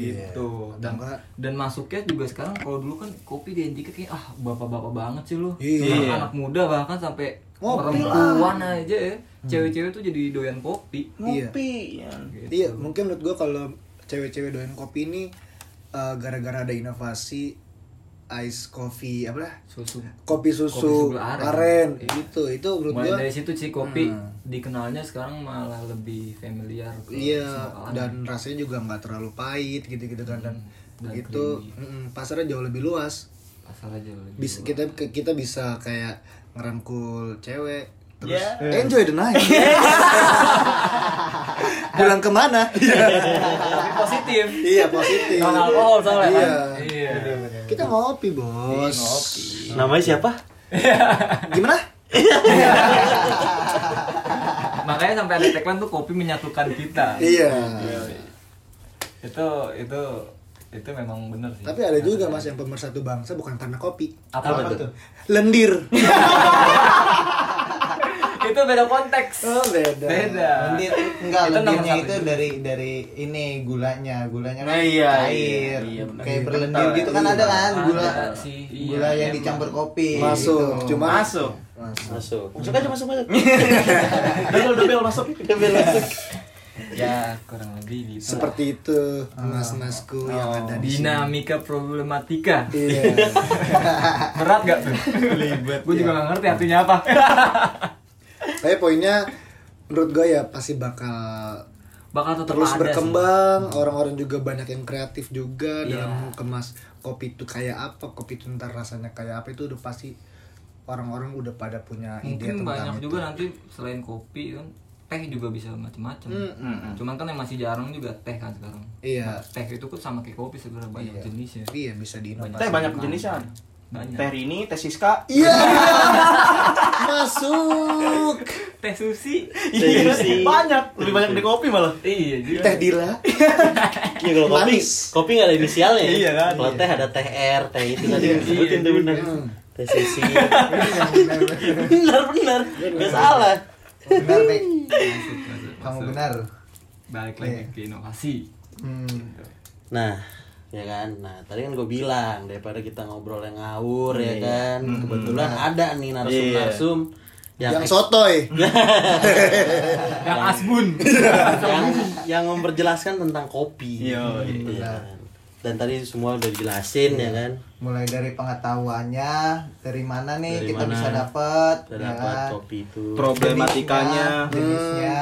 [SPEAKER 5] gitu dan,
[SPEAKER 1] Enggak.
[SPEAKER 5] dan masuknya juga sekarang kalau dulu kan kopi diidentikan kayak ah bapak-bapak banget sih lu
[SPEAKER 1] Iya.
[SPEAKER 5] anak, anak muda bahkan sampai
[SPEAKER 1] Ngopi lah.
[SPEAKER 5] perempuan aja ya cewek-cewek tuh jadi doyan kopi
[SPEAKER 4] Ngopi.
[SPEAKER 3] ya.
[SPEAKER 4] Iya.
[SPEAKER 1] iya mungkin menurut gua kalau cewek-cewek doyan kopi ini eh, gara-gara ada inovasi ice coffee apa lah
[SPEAKER 5] susu
[SPEAKER 1] kopi susu,
[SPEAKER 5] gula aren.
[SPEAKER 1] aren,
[SPEAKER 5] Iya.
[SPEAKER 1] gitu itu menurut
[SPEAKER 5] Mulai
[SPEAKER 1] gua Hmm.
[SPEAKER 5] dari situ sih kopi dikenalnya sekarang malah lebih familiar ke
[SPEAKER 1] Iya,
[SPEAKER 5] semua kalangan.
[SPEAKER 1] dan rasanya juga nggak terlalu pahit gitu-gitu kan dan,
[SPEAKER 5] dan
[SPEAKER 1] itu mm, pasarnya jauh lebih luas.
[SPEAKER 5] asal aja lo lebih
[SPEAKER 1] Bisa
[SPEAKER 5] luas.
[SPEAKER 1] kita ke- kita bisa kayak ngerangkul cewek terus Eh,
[SPEAKER 4] Yeah.
[SPEAKER 1] enjoy the night. Pulang kemana?
[SPEAKER 5] Tapi positif.
[SPEAKER 1] iya positif.
[SPEAKER 5] Nah, oh. Non alkohol soalnya
[SPEAKER 1] Iya.
[SPEAKER 5] kan. Iya.
[SPEAKER 1] Kita ngopi, Bos.
[SPEAKER 2] Iya.
[SPEAKER 4] Namanya siapa?
[SPEAKER 1] Gimana?
[SPEAKER 5] makanya sampai ada tagline tuh kopi menyatukan kita
[SPEAKER 1] Iya.
[SPEAKER 5] itu itu itu memang bener sih
[SPEAKER 1] Tapi ada juga Mas yang pemersatu bangsa bukan karena kopi.
[SPEAKER 5] apa, tuh
[SPEAKER 1] Lendir.
[SPEAKER 5] itu beda konteks
[SPEAKER 1] Oh, beda.
[SPEAKER 5] beda
[SPEAKER 3] Lendir, enggak
[SPEAKER 5] Iya. Itu nomor
[SPEAKER 3] lendirnya
[SPEAKER 5] satu
[SPEAKER 3] itu
[SPEAKER 5] juga.
[SPEAKER 3] dari dari ini gulanya, gulanya kan
[SPEAKER 4] Nah, iya,
[SPEAKER 3] cair,
[SPEAKER 4] iya, iya, benar.
[SPEAKER 3] kayak
[SPEAKER 4] Iya,
[SPEAKER 3] berlendir
[SPEAKER 4] betul,
[SPEAKER 3] gitu kan ada kan
[SPEAKER 5] Ada
[SPEAKER 3] gula,
[SPEAKER 5] sih.
[SPEAKER 3] gula
[SPEAKER 5] Iya,
[SPEAKER 3] yang
[SPEAKER 5] emang.
[SPEAKER 3] dicampur kopi.
[SPEAKER 1] Masuk,
[SPEAKER 3] gitu.
[SPEAKER 1] cuma
[SPEAKER 4] Masuk.
[SPEAKER 2] Masuk. Masuk aja masuk masuk.
[SPEAKER 4] Debel, debel, masuk.
[SPEAKER 2] Udah bel masuk.
[SPEAKER 5] ya kurang lebih gitu
[SPEAKER 1] seperti itu
[SPEAKER 5] Ah.
[SPEAKER 1] mas-masku yang ada di sini.
[SPEAKER 5] dinamika problematika
[SPEAKER 1] Iya.
[SPEAKER 5] berat gak tuh gue juga gak ngerti artinya apa
[SPEAKER 1] Tapi poinnya menurut gue ya pasti bakal
[SPEAKER 5] bakal tetap
[SPEAKER 1] terus
[SPEAKER 5] ada
[SPEAKER 1] berkembang orang-orang juga banyak yang kreatif juga
[SPEAKER 5] Iya.
[SPEAKER 1] dalam kemas kopi itu kayak apa kopi itu ntar rasanya kayak apa itu udah pasti orang-orang udah pada punya
[SPEAKER 3] Iya,
[SPEAKER 5] sih.
[SPEAKER 1] ide
[SPEAKER 5] mungkin
[SPEAKER 1] tentang
[SPEAKER 5] banyak
[SPEAKER 1] itu.
[SPEAKER 5] juga nanti selain kopi kan teh juga bisa macam-macam
[SPEAKER 3] Mm,
[SPEAKER 5] cuman kan yang masih jarang juga teh kan sekarang
[SPEAKER 1] iya
[SPEAKER 5] teh itu kan sama kayak kopi sebenarnya banyak
[SPEAKER 1] Iya.
[SPEAKER 5] jenisnya
[SPEAKER 1] iya bisa
[SPEAKER 4] Teh
[SPEAKER 1] diinovasi
[SPEAKER 4] banyak jenisnya. ada.
[SPEAKER 5] banyak
[SPEAKER 4] Teh ini, teh Siska.
[SPEAKER 1] iya masuk
[SPEAKER 5] teh susi
[SPEAKER 4] Iya,
[SPEAKER 2] Siska.
[SPEAKER 4] banyak. Lebih banyak di kopi malah.
[SPEAKER 5] iya juga
[SPEAKER 1] teh dila
[SPEAKER 2] Iya kalau kopi,
[SPEAKER 1] Manis.
[SPEAKER 2] kopi nggak ada inisialnya. ya?
[SPEAKER 4] Iya kan?
[SPEAKER 2] Kalau teh ada teh R, teh itu tadi yang disebutin tuh benar. Teh sisi. benar benar. Gak salah.
[SPEAKER 3] Benar, Nek.
[SPEAKER 5] Masuk,
[SPEAKER 3] Kamu
[SPEAKER 5] masuk.
[SPEAKER 3] benar.
[SPEAKER 5] balik lagi
[SPEAKER 3] Iya.
[SPEAKER 5] ke inovasi
[SPEAKER 3] Hmm.
[SPEAKER 2] Nah, ya kan. Nah, tadi kan gue bilang daripada kita ngobrol yang ngawur ya kan. Kebetulan ada nih narsum-narsum yang,
[SPEAKER 1] yang sotoy
[SPEAKER 5] yang asbun
[SPEAKER 2] yang yang memperjelaskan tentang kopi.
[SPEAKER 4] Iya, iya.
[SPEAKER 2] Iya kan? Dan tadi semua udah dijelasin ya kan.
[SPEAKER 3] Mulai dari pengetahuannya, dari mana nih
[SPEAKER 2] Dari
[SPEAKER 3] kita
[SPEAKER 2] mana
[SPEAKER 3] bisa dapat,
[SPEAKER 2] Udah dapat kopi itu.
[SPEAKER 3] jenisnya,
[SPEAKER 4] Problematikanya.
[SPEAKER 3] jenisnya,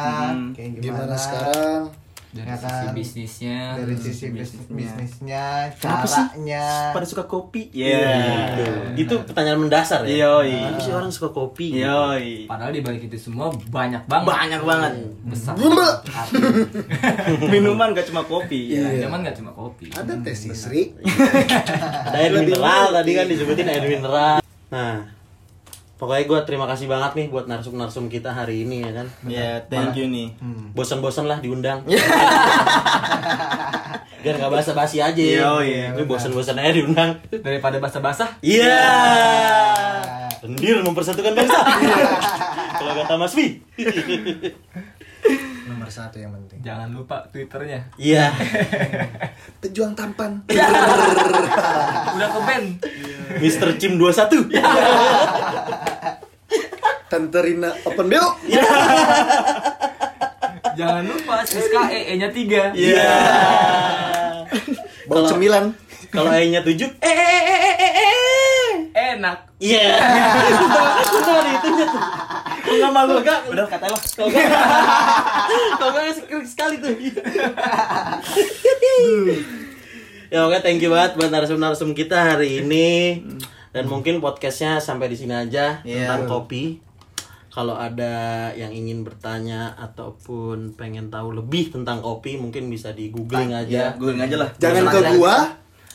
[SPEAKER 3] kayak
[SPEAKER 1] gimana sekarang
[SPEAKER 5] dari
[SPEAKER 3] Ya
[SPEAKER 5] sisi
[SPEAKER 3] kan?
[SPEAKER 5] Hmm, bisnisnya
[SPEAKER 3] dari sisi bisnis- bisnisnya, caranya.
[SPEAKER 4] Pada suka kopi.
[SPEAKER 2] Gitu.
[SPEAKER 4] Iya.
[SPEAKER 2] Itu pertanyaan mendasar ya.
[SPEAKER 4] Yoi.
[SPEAKER 2] Kenapa sih orang suka kopi?
[SPEAKER 4] Iya.
[SPEAKER 2] gitu?
[SPEAKER 4] Yoi.
[SPEAKER 5] padahal di balik itu semua banyak banget
[SPEAKER 4] Banyak banget.
[SPEAKER 5] besar
[SPEAKER 1] Bumbu.
[SPEAKER 4] Minuman gak cuma kopi.
[SPEAKER 5] Ya,
[SPEAKER 1] Iya.
[SPEAKER 5] cuman nggak cuma kopi
[SPEAKER 1] ada tes sisri
[SPEAKER 2] Ada air mineral tadi
[SPEAKER 4] Iya.
[SPEAKER 2] kan disebutin air mineral. Nah, pokoknya gue terima kasih banget nih buat narsum-narsum kita hari ini ya kan.
[SPEAKER 4] Ya, thank you nih.
[SPEAKER 2] Bosan-bosan lah diundang. Biar nggak basa-basi aja.
[SPEAKER 4] Iya, iya,
[SPEAKER 2] Ini bosan-bosan aja diundang.
[SPEAKER 5] daripada basah-basah
[SPEAKER 2] Iya. Lendir mempersatukan bangsa. Kalau kata Mas Wi.
[SPEAKER 1] nomor satu yang penting
[SPEAKER 5] jangan lupa twitternya
[SPEAKER 2] Iya.
[SPEAKER 1] pejuang tampan
[SPEAKER 3] Iya.
[SPEAKER 5] udah ke band
[SPEAKER 2] Mr. Cim 21.
[SPEAKER 1] tante Rina open bio
[SPEAKER 5] jangan lupa Siska E nya tiga
[SPEAKER 2] Iya.
[SPEAKER 1] bau
[SPEAKER 2] Kalau-
[SPEAKER 1] cemilan
[SPEAKER 2] Kalau E-nya 7. Eh eh eh eh eh, eh.
[SPEAKER 5] enak
[SPEAKER 2] Iya. Itu ada itunya tuh. Kalau nggak malu enggak? Udah katanya lah. Kalau nggak- kalau nggak sekali- sekali tuh. ya oke thank you banget buat narsum-narsum kita hari ini dan mungkin podcastnya sampai di sini aja tentang kopi kalau ada yang ingin bertanya ataupun pengen tahu lebih tentang kopi mungkin bisa di Ah, iya, googling aja
[SPEAKER 4] Googling aja lah.
[SPEAKER 1] jangan
[SPEAKER 2] Jangan
[SPEAKER 1] ke
[SPEAKER 2] ada-
[SPEAKER 1] gua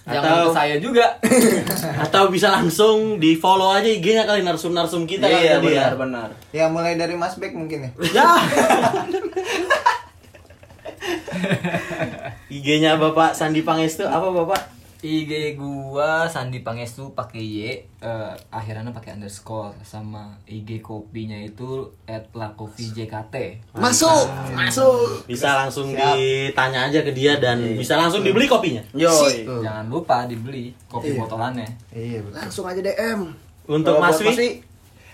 [SPEAKER 5] jangan ke
[SPEAKER 2] atau
[SPEAKER 5] saya juga
[SPEAKER 2] atau bisa langsung di follow aja IG-nya kali narsum-narsum kita kali
[SPEAKER 4] Iya,
[SPEAKER 2] tadi
[SPEAKER 4] benar,
[SPEAKER 2] ya.
[SPEAKER 4] benar.
[SPEAKER 3] Ya mulai dari Mas Bek mungkin ya.
[SPEAKER 2] IG-nya Bapak Sandi Pangestu apa Bapak?
[SPEAKER 5] IG gua Sandi Pangestu pakai Y eh, akhirannya pakai underscore sama IG kopinya itu @lakofi_jkt
[SPEAKER 1] masuk masuk
[SPEAKER 2] Bisa langsung ditanya aja ke dia dan bisa langsung dibeli kopinya.
[SPEAKER 1] Iya.
[SPEAKER 4] Yoi.
[SPEAKER 5] jangan lupa dibeli kopi botolannya
[SPEAKER 3] Iya betul.
[SPEAKER 1] langsung aja DM
[SPEAKER 2] Untuk Mas Wi,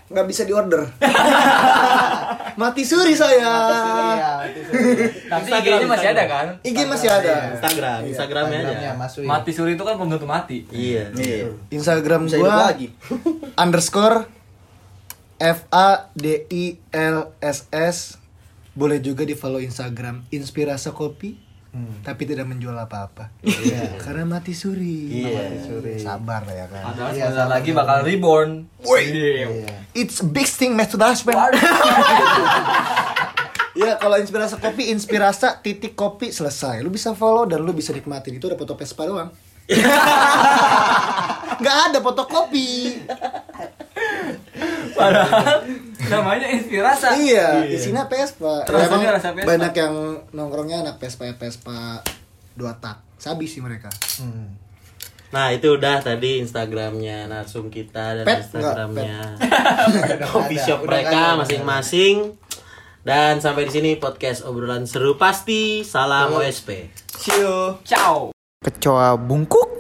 [SPEAKER 1] nggak bisa diorder mati suri saya
[SPEAKER 3] Iya, itu sudah.
[SPEAKER 5] tapi IG-nya masih ada kan
[SPEAKER 1] IG masih ada
[SPEAKER 2] Instagram,
[SPEAKER 3] Instagramnya
[SPEAKER 2] Instagramnya aja.
[SPEAKER 3] Iya, Mas Wi.
[SPEAKER 5] mati suri itu kan belum tentu mati
[SPEAKER 2] Iya.
[SPEAKER 4] Iya.
[SPEAKER 1] Instagram
[SPEAKER 4] Bisa hidup
[SPEAKER 1] gua
[SPEAKER 4] lagi.
[SPEAKER 1] underscore F A D I L S S boleh juga di follow Instagram Inspirasa Kopi tapi tidak menjual apa-apa karena mati suri
[SPEAKER 2] Iya.
[SPEAKER 1] sabar lah ya kan
[SPEAKER 5] padahal
[SPEAKER 3] Iya,
[SPEAKER 5] sebentar
[SPEAKER 3] sama
[SPEAKER 5] lagi bakal reborn Iya.
[SPEAKER 3] Iya.
[SPEAKER 1] It's a big thing Mr. Dashman. ya kalau inspirasi kopi inspirasa titik kopi selesai. Lu bisa follow dan lu bisa nikmatin itu ada foto Vespa doang. nggak ada fotokopi
[SPEAKER 5] Padahal namanya inspirasi.
[SPEAKER 1] iya isinya Vespa
[SPEAKER 5] Rasanya
[SPEAKER 1] Ya, emang
[SPEAKER 5] rasa Vespa.
[SPEAKER 1] banyak yang nongkrongnya anak Vespa ya Vespa dua tak sabi sih mereka
[SPEAKER 3] Hmm.
[SPEAKER 2] Nah itu udah tadi Instagramnya Narsum kita dan
[SPEAKER 1] Pet,
[SPEAKER 2] Instagramnya
[SPEAKER 3] Udah
[SPEAKER 2] coffee
[SPEAKER 3] ada,
[SPEAKER 2] shop
[SPEAKER 3] udah ada,
[SPEAKER 2] mereka
[SPEAKER 3] udah
[SPEAKER 2] masing-masing. Dan sampai di sini podcast obrolan seru pasti. Salam OSP.
[SPEAKER 3] ada. Ciu.
[SPEAKER 5] Ciao.
[SPEAKER 3] Kecoa bungkuk.